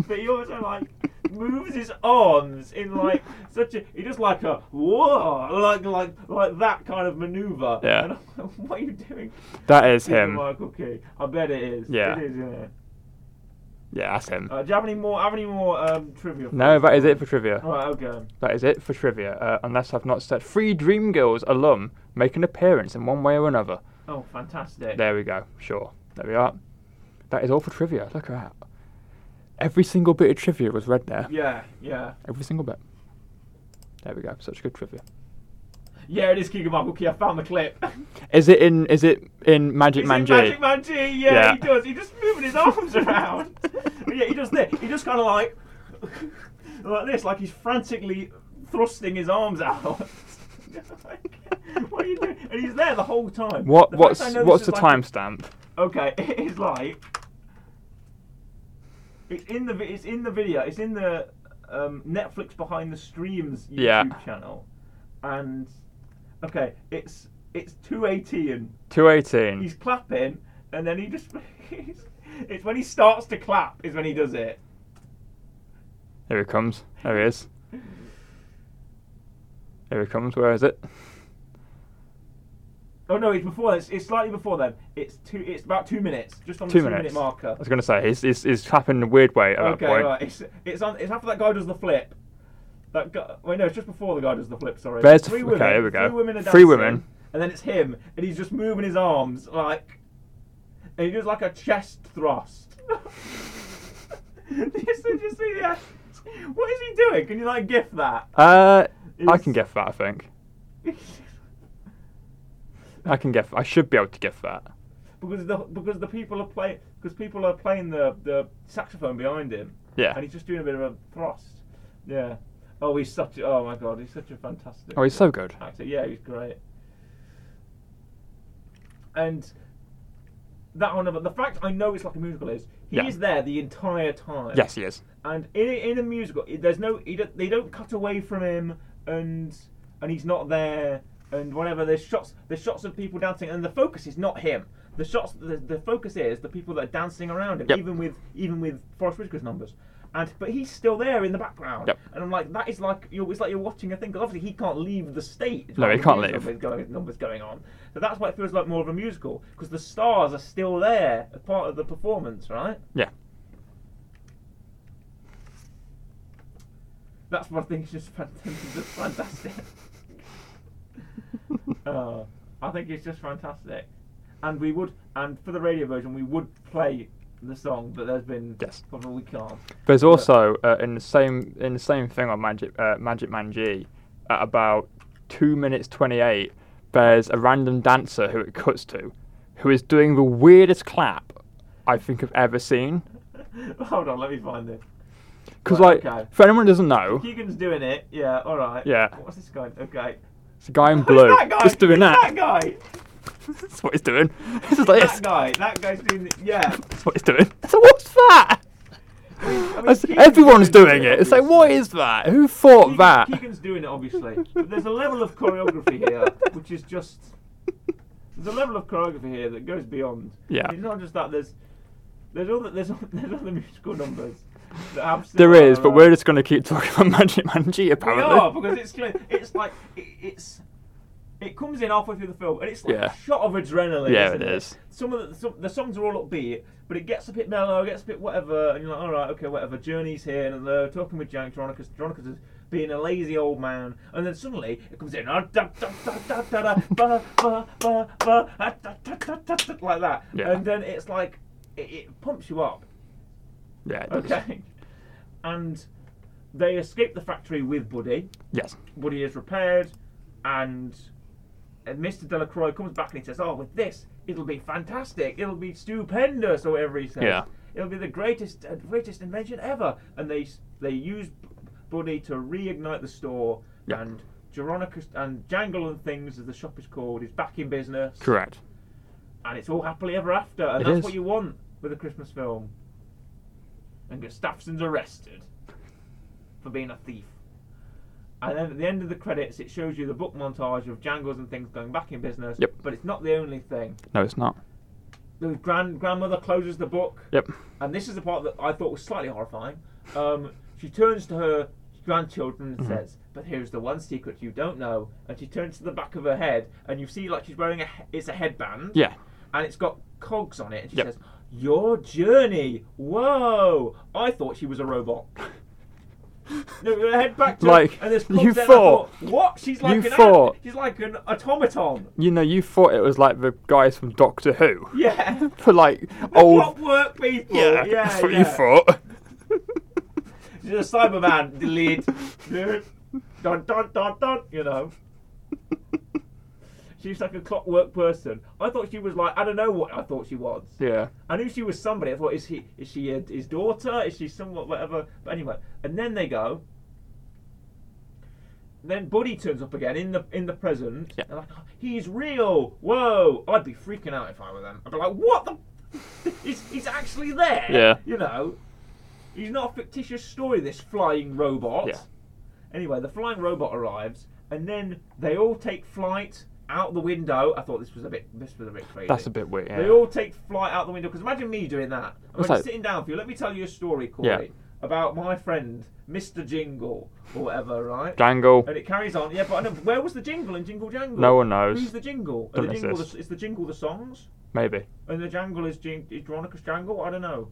A: but he also like moves his arms in like such a he does like a whoa like like like that kind of maneuver.
B: Yeah.
A: And I'm like, what are you doing,
B: That is
A: Keegan
B: him.
A: Michael Key? I bet it is.
B: Yeah.
A: It is. Yeah.
B: Yeah, that's him.
A: Uh, do you have any more? Have any more um, trivia?
B: No, that is it for trivia.
A: All right. Okay.
B: That is it for trivia. Uh, unless I've not said three Dreamgirls alum make an appearance in one way or another.
A: Oh, fantastic.
B: There we go. Sure. There we are. That is all for trivia. Look at that. Every single bit of trivia was read there.
A: Yeah. Yeah.
B: Every single bit. There we go. Such good trivia.
A: Yeah. It is Keegan Michael Key. I found the clip.
B: Is it in? Is it in Magic
A: Is
B: Man
A: it
B: G?
A: Magic Man G? Yeah,
B: Yeah.
A: he does. He just moving his arms around. yeah, he does this. He just kind of like like this, like he's frantically thrusting his arms out. Like, what are you doing? And he's there the whole time.
B: What?
A: The fact I
B: what's?
A: know this
B: What's
A: is
B: the
A: like a-
B: timestamp?
A: Okay, it is like it's in the vi- it's in the video. It's in the um, Netflix behind the streams YouTube
B: Yeah.
A: channel, and okay, it's it's two eighteen.
B: Two eighteen.
A: he's clapping, and then he just. it's when he starts to clap is when he does it.
B: Here he comes. There he is. Here he comes. Where is it?
A: Oh no, it's before. It's, it's slightly before then. It's two. It's about two minutes, just on
B: Two
A: the two
B: minutes.
A: minute marker.
B: I was gonna say he's he's, he's tapping in a weird way at
A: Okay,
B: that point.
A: right. It's it's, on, it's after that guy does the flip. That guy. Wait, no, it's just before the guy does the flip. Sorry.
B: There's the
A: three
B: fl-
A: women.
B: okay, here we go.
A: Three women. Are
B: Three
A: dancing,
B: women.
A: And then it's him, and he's just moving his arms like, and he does like a chest thrust. Just- just see the- What is he doing? Can you like gif that?
B: Uh, I
A: It's-
B: can guess that. I think I can guess. I should be able to guess that.
A: because the because the people are playing because people are playing the the saxophone behind him.
B: Yeah.
A: And he's just doing a bit of a thrust. Yeah. Oh, he's such a, oh my god, he's such a fantastic.
B: Oh, he's so good.
A: actor. Yeah, he's great. And that one, about the fact I know it's like a musical is he
B: Yeah.
A: is there the entire time.
B: Yes, he is.
A: And in a, in a musical, i- there's no he don't, they don't cut away from him, and and he's not there, and whatever. There's shots there's shots of people dancing, and the focus is not him. The shots the, the focus is the people that are dancing around him,
B: Yep.
A: even with even with Forrest Whitaker's numbers. And but he's still there in the background,
B: Yep.
A: and I'm like that is like you're, it's like you're watching a thing because obviously he can't leave the stage.
B: No,
A: while
B: he
A: the
B: can't
A: music
B: leave.
A: Numbers going, numbers going on, so that's why it feels like more of a musical because the stars are still there as part of the performance, right?
B: Yeah.
A: That's what I think is just fantastic. Just fantastic. uh, I think it's just fantastic. And we would, and for the radio version, we would play the song, but there's been
B: Yes.
A: probably we can't.
B: There's
A: But-
B: also uh, in the same in the same thing on Magic uh, Magic Man G at about two minutes twenty eight. There's a random dancer who it cuts to, who is doing the weirdest clap I think I've ever seen.
A: Hold on, let me find this.
B: Because
A: Right,
B: like,
A: okay.
B: for anyone who doesn't know,
A: Keegan's doing it. Yeah, all right.
B: Yeah.
A: What's this guy? Okay.
B: it's a guy in
A: Who's
B: blue
A: that guy?
B: just doing
A: Who's
B: that.
A: guy.
B: That's what he's doing. It's just like this.
A: that guy, that guy's doing the, yeah.
B: That's what he's doing. So what's that?
A: I mean- I mean,
B: That's-
A: Keegan's
B: everyone's doing it. It's like, what
A: obviously.
B: is that? Who thought
A: Keegan-
B: that?
A: Keegan's doing it, obviously. But there's a level of choreography here, which is just there's a level of choreography here that goes beyond.
B: Yeah.
A: It's not just that. There's there's other there's other- there's other musical numbers. That have
B: There
A: similar,
B: is, but
A: uh,
B: we're just going to keep talking about Magic Man G,
A: we
B: apparently.
A: are because it's clear, it's like it, it's it comes in halfway through the film and it's like
B: Yeah.
A: a shot of adrenaline.
B: Yeah,
A: isn't
B: it
A: it
B: is.
A: Some of the some, the songs are all upbeat, but it gets a bit mellow, it gets a bit whatever, and you're like, all right, okay, whatever. Journey's here, and they're talking with Jack Dronicus. Dronicus is being a lazy old man, and then suddenly it comes in "Ah, da, da, da, da, da, da, ba, ba, ba, ba, ah, da, da, da, da, da," like that,
B: Yeah.
A: and then it's like it, it pumps you up.
B: Yeah, it does.
A: Okay. And they escape the factory with Buddy.
B: Yes.
A: Buddy is repaired, and uh, Mr. Delacroix comes back and he says, "Oh, with this, it'll be fantastic. It'll be stupendous, or whatever he says.
B: Yeah.
A: It'll be the greatest, uh, greatest invention ever." And they s- they use B- Buddy to reignite the store,
B: Yeah.
A: and Geronicus and Jangle and Things, as the shop is called, is back in business,
B: Correct.
A: and it's all happily ever after, and
B: It
A: that's
B: is.
A: what you want with a Christmas film. And Gustafson's arrested for being a thief. And then at the end of the credits, it shows you the book montage of Jangles and things going back in business.
B: Yep.
A: But it's not the only thing.
B: No, it's not.
A: The grand grandmother closes the book,
B: Yep.
A: and this is the part that I thought was slightly horrifying. Um, she turns to her grandchildren
B: Mm-hmm.
A: and says, "But here's the one secret you don't know." And she turns to the back of her head, and you see like she's wearing a he- it's a headband
B: Yeah.
A: and it's got cogs on it. And she
B: Yep.
A: says, "Your journey. Whoa! I thought she was a robot." No, her head back to
B: Like,
A: and there's
B: you
A: cogs there, and I
B: thought-
A: what? She's like
B: you
A: an
B: thought-
A: she's like an automaton.
B: You know, you thought it was like the guys from Doctor Who.
A: Yeah,
B: For like old.
A: clockwork people.
B: Yeah,
A: Yeah,
B: that's what
A: yeah.
B: you thought.
A: She's a Cyberman. Delete. dun dun dun dun. You know. She's like a clockwork person. I thought she was like I don't know what I thought she was.
B: Yeah.
A: I knew she was somebody. I thought, is he? Is she uh, his daughter? Is she somewhat whatever? But anyway, and then they go. Then Buddy turns up again in the in the present.
B: Yeah.
A: They're Like, "Oh, he's real. Whoa! I'd be freaking out if I were them. I'd be like, what the? he's he's actually there.
B: Yeah.
A: You know, he's not a fictitious story. This flying robot.
B: Yeah.
A: Anyway, the flying robot arrives, and then they all take flight out the window. I thought this was a bit this was a bit crazy.
B: That's a bit weird.
A: They
B: Yeah.
A: all take flight out the window. Because imagine me doing that. I'm
B: like-
A: sitting down for you. Let me tell you a story, Corey,
B: Yeah.
A: about my friend, Mr. Jingle, or whatever, right?
B: Jangle.
A: and it carries on. Yeah, but I know, where was the jingle in Jingle Jangle?
B: No one knows.
A: Who's the jingle? Are
B: Doesn't
A: the jingle
B: exist.
A: the, is the jingle the songs?
B: Maybe.
A: And the jangle is, jing- is Veronicus Jangle? I don't know.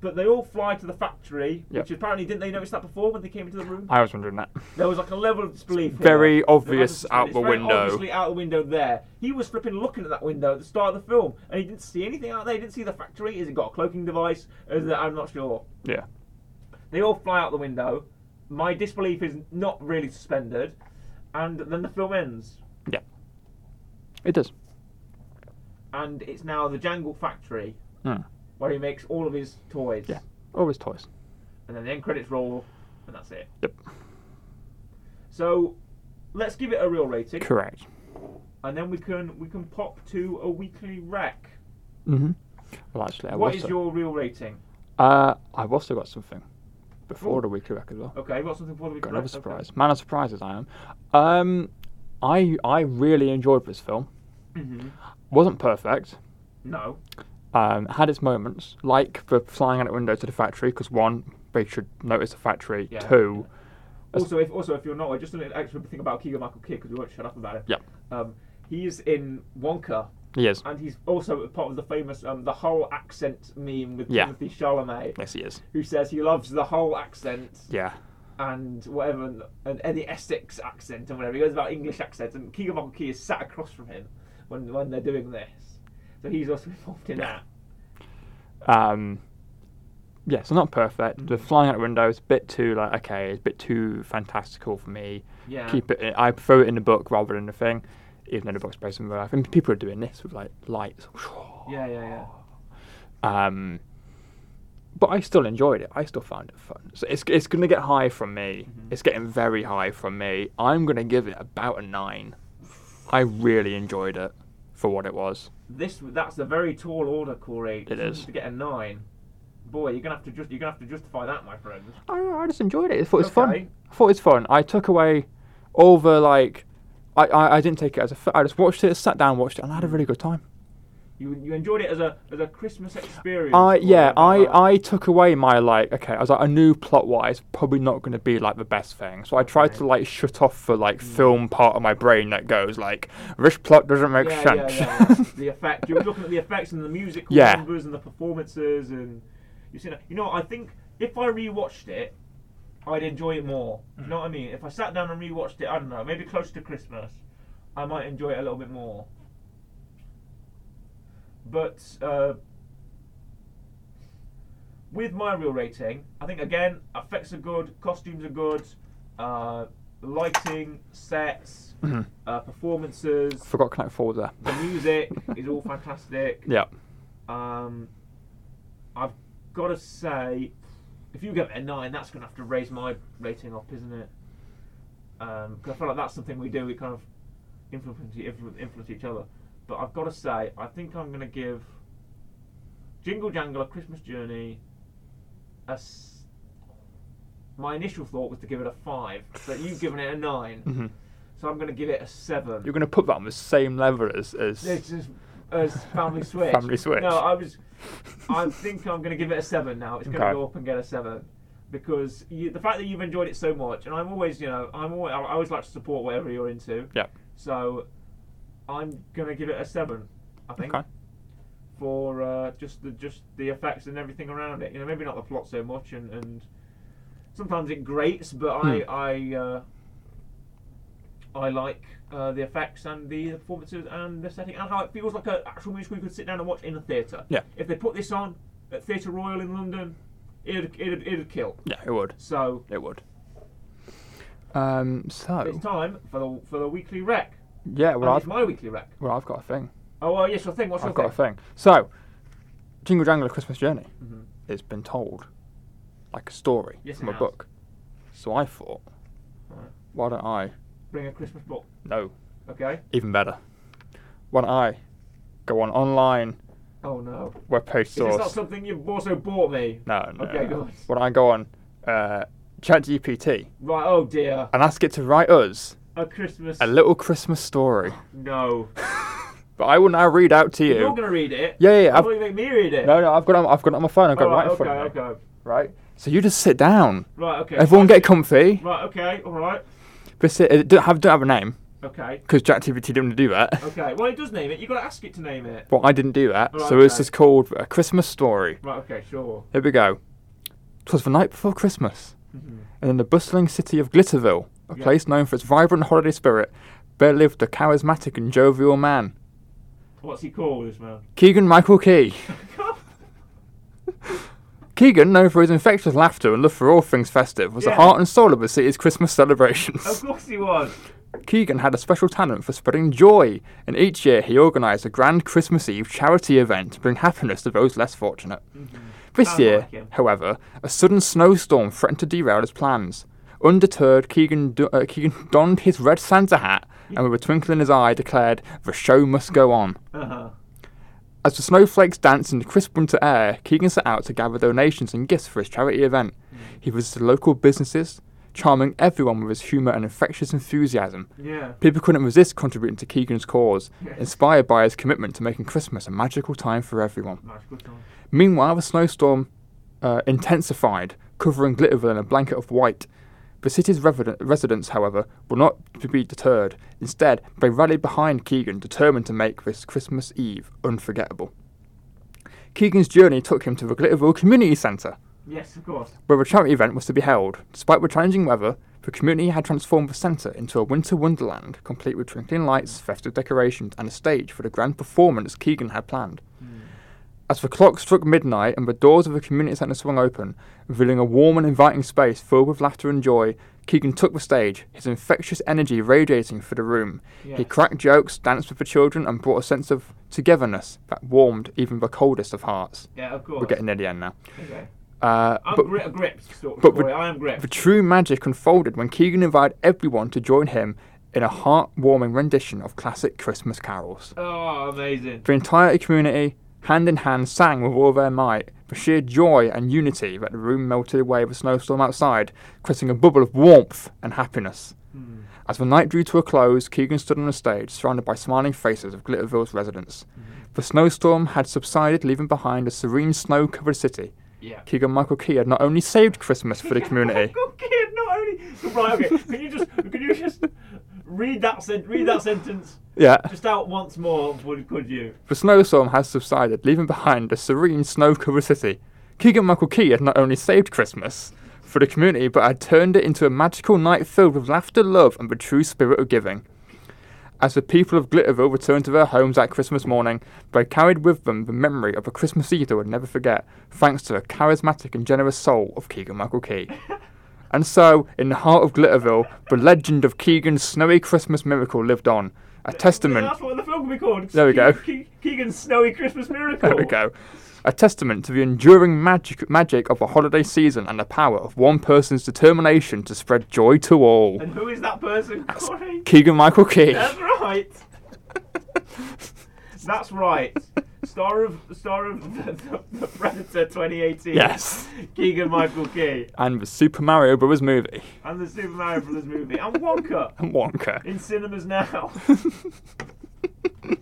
A: But they all fly to the factory,
B: Yep.
A: which apparently didn't they notice that before when they came into the room?
B: I was wondering that.
A: There was like a level of disbelief. here.
B: very
A: There
B: obvious
A: was a-
B: out
A: it's
B: the
A: very
B: window.
A: Obviously out the window there. He was flipping looking at that window at the start of the film, and he didn't see anything out there. He didn't see the factory. Has it got a cloaking device? Is it, I'm not sure.
B: Yeah.
A: They all fly out the window. My disbelief is not really suspended, and then the film ends.
B: Yeah. It does.
A: And it's now the Jangle factory
B: Mm.
A: where he makes all of his toys.
B: Yeah. Always toys.
A: And then the end credits roll, and that's it.
B: Yep.
A: So, let's give it a real rating,
B: Correct.
A: and then we can we can pop to a weekly rec.
B: Mm-hmm. Well, actually, I
A: What
B: was.
A: is
B: so-
A: your real rating?
B: Uh, I've also got something before
A: Ooh.
B: the weekly record as well.
A: Okay, you've got something for the week.
B: Got another surprise. Man of surprises, I am. Um, I I really enjoyed this film.
A: hmm
B: Wasn't perfect.
A: No.
B: Um, had its moments, like the flying out the window to the factory, because one, they should notice the factory.
A: Yeah.
B: Two, That's-
A: Also, if also if you're not, just an extra thing about Keegan Michael Kidd because we won't shut up about it.
B: Yep.
A: Um, he's in Wonka,
B: yes,
A: and he's also part of the famous um, the whole accent meme with
B: Yeah.
A: Timothy Chalamet,
B: yes, he is.
A: who says he loves the whole accent
B: Yeah,
A: and whatever, and, and Eddie Essex accent and whatever. He goes about English accents, and Keegan Michael Key is sat across from him when when they're doing this, so he's also involved in that.
B: um, yeah. So not perfect. The flying out the window is a bit too like okay, it's a bit too fantastical for me.
A: Yeah.
B: Keep it. In, I prefer it in the book rather than the thing, even though the book's based on real life. And people are doing this with like lights.
A: Yeah, yeah, yeah.
B: Um, but I still enjoyed it. I still found it fun. So it's it's going to get high from me. It's getting very high from me. I'm going to give it about a nine. I really enjoyed it. for what it was.
A: This that's a very tall order, Corey.
B: It is.
A: to get a nine. Boy, you're gonna have to just you're gonna have to justify that, my friend.
B: I don't know, I just enjoyed it. I thought it was
A: Okay.
B: fun. I thought it was fun. I took away all the like. I, I, I didn't take it as a. f- I just watched it, sat down, watched it, and I had a really good time.
A: You you enjoyed it as a as a Christmas experience.
B: I
A: Corey,
B: yeah, I,
A: but-
B: I took away my like okay, I was like I knew plot wise probably not going to be like the best thing, so I tried to like shut off the
A: Hmm.
B: like film part of my brain that goes like this plot doesn't make
A: yeah, yeah,
B: sense.
A: yeah, yeah. the effect you were looking at the effects and the music
B: Yeah.
A: numbers and the performances and you see you know I think if I rewatched it I'd enjoy it more Do you know what I mean if I sat down and rewatched it I don't know maybe close to Christmas I might enjoy it a little bit more but uh, with my real rating I think again effects are good costumes are good uh, lighting sets
B: Mhm.
A: uh, performances
B: Forgot Connect Four there.
A: the music is all fantastic.
B: Yeah,
A: Um, I've got to say, if you give it a nine, that's going to have to raise my rating up, isn't it? Because I feel like that's something we do. We kind of influence, e- influ- influence each other. But I've got to say, I think I'm going to give Jingle Jangle: A Christmas Journey. A s- my initial thought was to give it a five, but you've given it a 9
B: Mhm.
A: so I'm going to give it a seven.
B: you're going to put that on the same level as as
A: This is as uh, Family Switch.
B: Family Switch.
A: No, I was. I think I'm going to give it a seven now. It's going to
B: Okay.
A: go up and get a seven because you, the fact that you've enjoyed it so much, and I'm always, you know, I'm always, I always like to support whatever you're into.
B: yeah.
A: So, I'm going to give it a seven. I think
B: Okay.
A: for uh, just the just the effects and everything around it. You know, maybe not the plot so much, and, and sometimes it grates, but
B: Hmm.
A: I I uh, I like uh, the effects and the performances and the setting and how it feels like an actual musical you could sit down and watch in a theatre.
B: Yeah.
A: If they put this on at Theatre Royal in London, it'd it'd, it'd kill.
B: Yeah, it would.
A: So
B: It would. Um. So
A: it's time for the for the weekly rec.
B: yeah,
A: And
B: well
A: it's
B: I've
A: my weekly rec.
B: well I've got a thing.
A: Oh well, yes, your thing. What's
B: I've
A: your
B: got a thing. So, Jingle Jangle: A Christmas Journey.
A: Mhm.
B: It's been told like a story
A: Yes,
B: from
A: it
B: a
A: has.
B: book. So I thought,
A: Alright.
B: why don't I?
A: Bring a Christmas book.
B: No,
A: Okay.
B: even better. Why don't I go on online
A: Oh no.
B: web page
A: Is this not
B: source?
A: something you've also bought me?
B: No, no.
A: Okay,
B: no.
A: good.
B: Why don't I go on uh, ChatGPT
A: Right, oh dear.
B: and ask it to write us
A: A Christmas.
B: a little Christmas story?
A: no.
B: But I will now read out to
A: You're
B: you.
A: going to read it?
B: Yeah, yeah, yeah,
A: I
B: I've-
A: thought you make me read it.
B: No, no, I've got it on, I've got it on my phone. I've got
A: All
B: it right
A: right,
B: in
A: okay,
B: front of me.
A: okay.
B: Right. So you just sit down.
A: Right, okay.
B: Everyone get comfy.
A: Right, okay, alright.
B: Just sit. It don't have don't have a name
A: Okay,
B: because ChatGPT didn't want to do that.
A: okay. Well, it does name it. You've got to ask it to name it.
B: Well, I didn't do that.
A: Alright,
B: so this
A: okay.
B: is called a Christmas story.
A: Right, okay, sure.
B: Here we go. 'Twas the night before Christmas,
A: Mhm.
B: and in the bustling city of Glitterville, a
A: Yeah.
B: place known for its vibrant holiday spirit, there lived a charismatic and jovial man,
A: What's he called, this man?
B: Keegan Michael Key. Keegan, known for his infectious laughter and love for all things festive, was
A: Yeah. Oh,
B: the heart and soul of the city's Christmas celebrations.
A: of course he was.
B: Keegan had a special talent for spreading joy, and each year he organised a grand Christmas Eve charity event to bring happiness to those less fortunate. This
A: Sounds
B: year,
A: Mm-hmm. like him.
B: however, a sudden snowstorm threatened to derail his plans. Undeterred, Keegan, do- uh, Keegan donned his red Santa hat and, with a twinkle in his eye, declared, The show must go on.
A: Uh huh.
B: As the snowflakes danced in the crisp winter air, Keegan set out to gather donations and gifts for his charity event.
A: Mm.
B: He visited local businesses, charming everyone with his humour and infectious enthusiasm.
A: Yeah.
B: People couldn't resist contributing to Keegan's cause,
A: Yes.
B: inspired by his commitment to making Christmas a magical time for everyone.
A: Magical time.
B: Meanwhile, the snowstorm uh, intensified, covering Glitterville in a blanket of white. The city's revid- residents, however, were not to be deterred. Instead, they rallied behind Keegan, determined to make this Christmas Eve unforgettable. Keegan's journey took him to the Glitterville Community Centre,
A: Yes, of course.
B: where a charity event was to be held. Despite the challenging weather, the community had transformed the centre into a winter wonderland, complete with twinkling lights, festive decorations, and a stage for the grand performance Keegan had planned.
A: Hmm.
B: As the clock struck midnight and the doors of the community centre swung open, revealing a warm and inviting space filled with laughter and joy, Keegan took the stage, his infectious energy radiating through the room. He
A: Yes.
B: cracked jokes, danced with the children, and brought a sense of togetherness that warmed even the coldest of hearts.
A: Yeah, of course.
B: We're getting near the end now.
A: Okay.
B: Uh,
A: I'm
B: but-
A: gri- gripped, sort of
B: but-
A: story. I am gripped.
B: the true magic unfolded when Keegan invited everyone to join him in a heartwarming rendition of classic Christmas carols.
A: Oh, amazing.
B: The entire community, hand in hand, sang with all their might for sheer joy and unity that the room melted away with a snowstorm outside, creating a bubble of warmth and happiness.
A: Hmm.
B: As the night drew to a close, Keegan stood on the stage, surrounded by smiling faces of Glitterville's residents. The snowstorm had subsided, leaving behind a serene snow covered city.
A: Yeah.
B: Keegan Michael Key had not only saved Christmas for the community,
A: Oh, okay, not only. Right, okay. Can you just can you just read that sen- read that sentence
B: yeah,
A: just out once more? Would could you?
B: the snowstorm had subsided, leaving behind a serene snow covered city. Keegan Michael Key had not only saved Christmas for the community, but had turned it into a magical night filled with laughter, love, and the true spirit of giving. As the people of Glitterville returned to their homes that Christmas morning, they carried with them the memory of a Christmas Eve they would never forget, thanks to the charismatic and generous soul of Keegan Michael Key. And so, in the heart of Glitterville, the legend of Keegan's snowy Christmas miracle lived on, a testament
A: That's what the film will be called.
B: There we go.
A: Ke- Keegan's snowy Christmas miracle.
B: There we go. A testament to the enduring magic, magic of a holiday season and the power of one person's determination to spread joy to all.
A: And who is that person? Corey.
B: Keegan Michael Key.
A: That's right. That's right. Star of star of the, the, the Predator 2018.
B: Yes.
A: Keegan Michael Key
B: And the Super Mario Bros. movie.
A: and the Super Mario Brothers movie and Wonka
B: And Wonka.
A: in cinemas now.
B: you-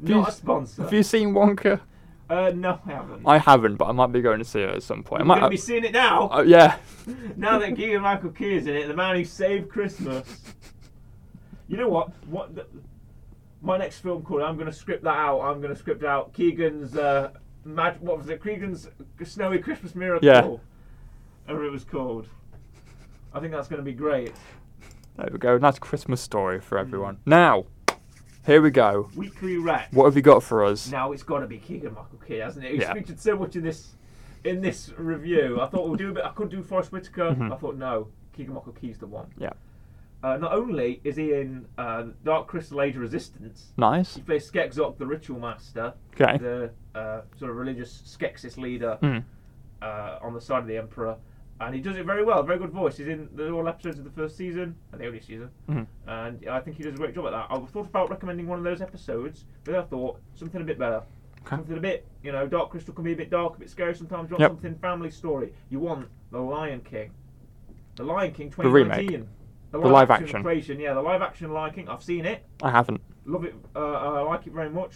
A: Not a sponsor.
B: Have you seen Wonka?
A: Uh, no, I haven't.
B: I haven't, but I might be going to see it at some point. I
A: I'm
B: might. uh,
A: going to be seeing it now.
B: oh, yeah.
A: now that Keegan Michael Key is in it, the man who saved Christmas. You know what? What the, my next film called? I'm going to script that out. I'm going to script out Keegan's uh, mad. What was it? Keegan's snowy Christmas miracle.
B: Yeah.
A: Or it was called. I think that's going to be great.
B: There we go. Nice Christmas story for everyone. Now, here we go.
A: Weekly rec.
B: What have you got for us?
A: Now it's got to be Keegan Michael Key, hasn't it? He's
B: Yeah.
A: featured so much in this in this review. I thought we'll do a bit. I could do Forrest Whitaker.
B: Mhm.
A: I thought no, Keegan Michael Key's the one.
B: Yeah.
A: Uh, not only is he in uh, Dark Crystal Age Resistance,
B: Nice.
A: he plays Skekzok, the Ritual Master,
B: Okay.
A: the uh, sort of religious Skeksis leader
B: Mm.
A: uh, on the side of the Emperor, and he does it very well. Very good voice. He's in the, all episodes of the first season and the only season,
B: Mhm.
A: and I think he does a great job at that. I thought about recommending one of those episodes, but then I thought something a bit better.
B: Okay.
A: Something a bit, you know, Dark Crystal can be a bit dark, a bit scary sometimes. You want
B: Yep.
A: something family story. You want The Lion King. The Lion King
B: The remake.
A: 2019. The
B: live action.
A: creation, yeah, the live action Lion King. I've seen it,
B: I haven't.
A: love it. Uh, I like it very much.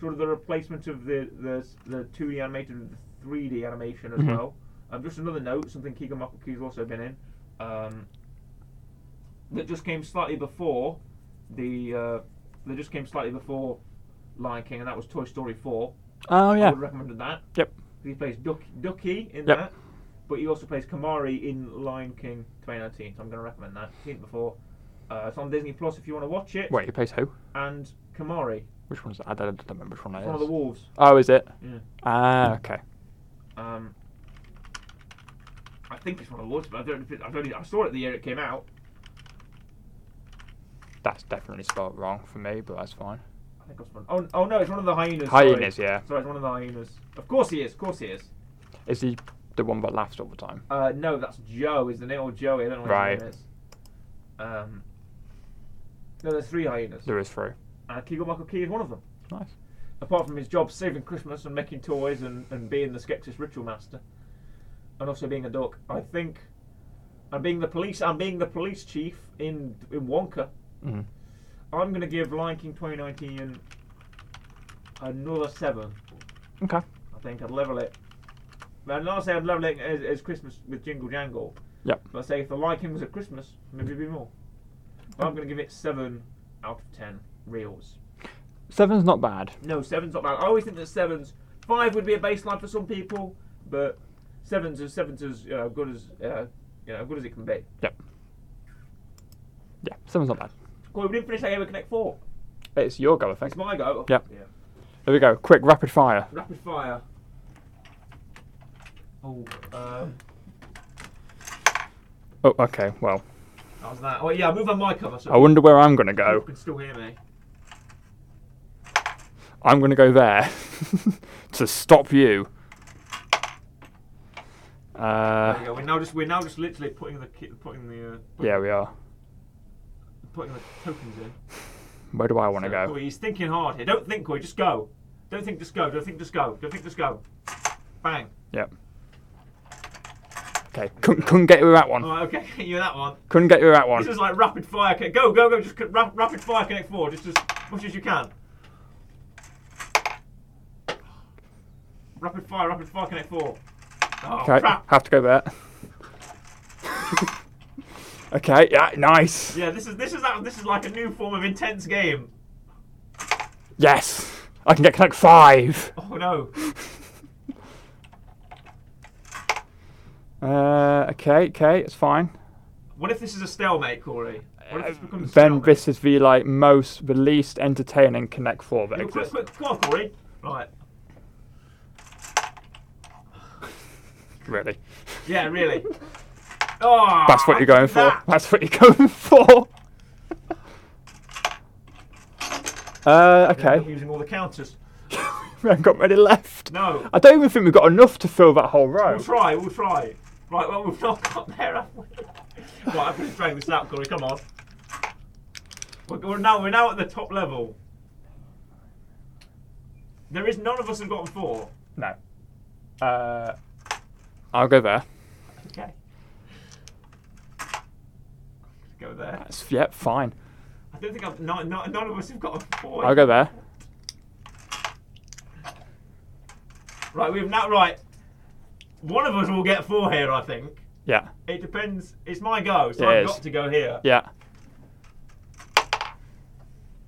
A: Sort of the replacement of the the the two D animated with the three D animation as
B: Mhm.
A: well. Um, just another note, something Keegan Michael Key's also been in, um, that just came slightly before the uh, that just came slightly before Lion King, and that was Toy Story Four.
B: Oh,
A: I
B: yeah.
A: would recommend that.
B: Yep.
A: He plays Duck, Ducky in
B: Yep.
A: that, but he also plays Kamari in Lion King 2019. So I'm going to recommend that. Seen it before. Uh, it's on Disney Plus if you want to watch it.
B: Wait, he plays who?
A: And Kamari,
B: Which one's that? I don't, I don't remember which one that
A: it's
B: is.
A: one of the wolves.
B: Oh, is it?
A: Yeah.
B: Ah, okay.
A: Um, I think it's one of the wolves, but I don't. know if it- I don't. I saw it the year it came out.
B: That's definitely spelled wrong for me, but that's fine.
A: I think it's one. Oh, oh no, it's one of the hyenas.
B: Hyenas,
A: sorry.
B: yeah.
A: Sorry, it's one of the hyenas. Of course he is. Of course he is.
B: Is he the one that laughs all the time?
A: Uh, no, that's Joe, isn't it? Or Joey? I don't know what his
B: Right.
A: name is. Um, no, there's three hyenas.
B: There is three.
A: And Keegan Michael Key is one of them.
B: Nice.
A: Apart from his job saving Christmas and making toys and, and being the Skeksis ritual master, and also being a dog, I think, and being the police and being the police chief in in Wonka,
B: Mm.
A: I'm gonna give Lion King 2019 another seven.
B: Okay.
A: I think I'd level it. Now, not say I'd level it as, as Christmas with Jingle Jangle,
B: Yep.
A: but say if the Lion King was at Christmas, maybe it'd be more. But I'm gonna give it seven out of ten reels.
B: Seven's not bad.
A: No, seven's not bad. I always think that sevens, five would be a baseline for some people, but sevens is sevens is you know, good as uh, you know good as it can be.
B: Yep. Yeah, seven's not bad.
A: Well, we didn't finish that game with Connect Four.
B: It's your go, I think.
A: It's my go.
B: Yep.
A: Yeah.
B: There we go. Quick, rapid fire.
A: Rapid fire. Oh, um,
B: Oh, okay. Well,
A: that was that. Oh yeah, move on my cover. So
B: I wonder where I'm gonna
A: You
B: Oh, go.
A: can still hear me.
B: I'm gonna go there to stop you.
A: There we
B: Uh,
A: go. We're now just we're now just literally putting the ki- putting the uh,
B: yeah, we are.
A: putting the tokens in.
B: Where do I want to
A: So,
B: go?
A: Corey, he's thinking hard here. Don't think, Corey. Just go. Don't think. Just go. Don't think. Just go. Don't think. Just go. Bang.
B: Yep. Okay, couldn't, couldn't get you with that one.
A: All right. Okay. You're that one.
B: Couldn't get you with that
A: This
B: one.
A: is like rapid fire. co- Go. Go. Go. Just co- rap, rapid fire. Connect four. Just as much as you can. Rapid fire. Rapid fire. Connect four. Oh
B: Okay,
A: crap.
B: have to go there. okay, yeah, nice.
A: Yeah. This is this is that. This is like a new form of intense game.
B: Yes, I can get connect five.
A: Oh no.
B: Uh, okay, okay, it's fine.
A: What if this is a stalemate, Corey? What if this becomes a
B: Then
A: stalemate?
B: this is the like most, the least entertaining Connect Four that
A: Go quick,
B: exists.
A: quick, come on, Corey. Right.
B: Really,
A: Yeah, really. Oh,
B: that's what you're going for.
A: that-
B: That's what you're going for. Uh,
A: Not
B: okay,
A: Using all the counters.
B: we haven't got many left.
A: No.
B: I don't even think we've got enough to fill that whole row.
A: We'll try, we'll try. Right, well, we've not got there, have we? Right, I'm going to drag this out, Corey, come on. We're, we're, now, we're now at the top level. There is none of us have gotten four.
B: No. Uh, I'll go there.
A: Okay. Go there.
B: That's, yep, fine.
A: I don't think I've. Not, not, none of us have gotten four.
B: I'll go there.
A: Right, we've now. Right. One of us will get four here, I think.
B: Yeah,
A: It depends. It's my go, so
B: It
A: I've
B: is.
A: got to go here.
B: yeah.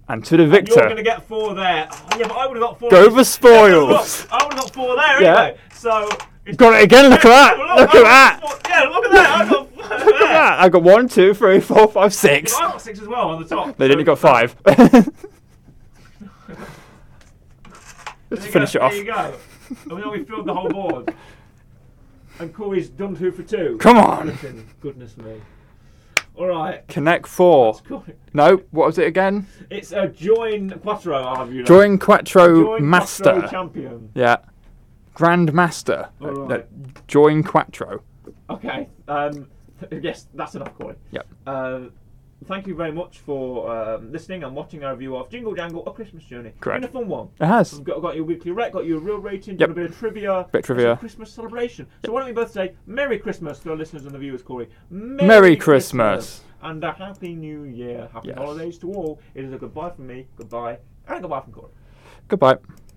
B: And to the
A: You're going to
B: victor.
A: get four there. Oh, yeah, but I would have got four.
B: Go for spoils.
A: Look, I would have got four there
B: Yeah.
A: anyway. So. It's
B: Got it again. Look at that.
A: Well,
B: Look
A: I got
B: at that.
A: four- Yeah, look at that. I got four
B: Look at
A: there.
B: that. I got one, two, three, four, five,
A: Well,
B: six.
A: I got six as well on the top.
B: They
A: so-
B: didn't got five.
A: There
B: Let's
A: you
B: finish
A: go,
B: it off.
A: There you go. And now we've filled the whole board. And Corey's done two for two.
B: Come on.
A: Flipping Goodness me. All right.
B: Connect four.
A: Corey.
B: No, what was it again?
A: It's a join quattro, I'll you know.
B: Join Quattro
A: Join
B: Master.
A: quattro champion.
B: yeah. Grand Master. Uh,
A: All
B: no,
A: right.
B: join Quattro.
A: Okay. Um, yes, that's enough, Corey.
B: Yep.
A: Uh, thank you very much for um, listening and watching our review of Jingle Jangle: A Christmas Journey.
B: Correct.
A: Been a fun one.
B: It has.
A: We've got, got your weekly rec, got your real rating,
B: Yep.
A: done a bit of trivia,
B: Bit of trivia.
A: some Christmas celebration. So why don't we both say Merry Christmas to our listeners and the viewers, Corey? Merry,
B: Merry Christmas.
A: and a Happy New Year, Happy
B: Yes.
A: Holidays to all. It is a goodbye from me, goodbye, and a goodbye from Corey.
B: Goodbye.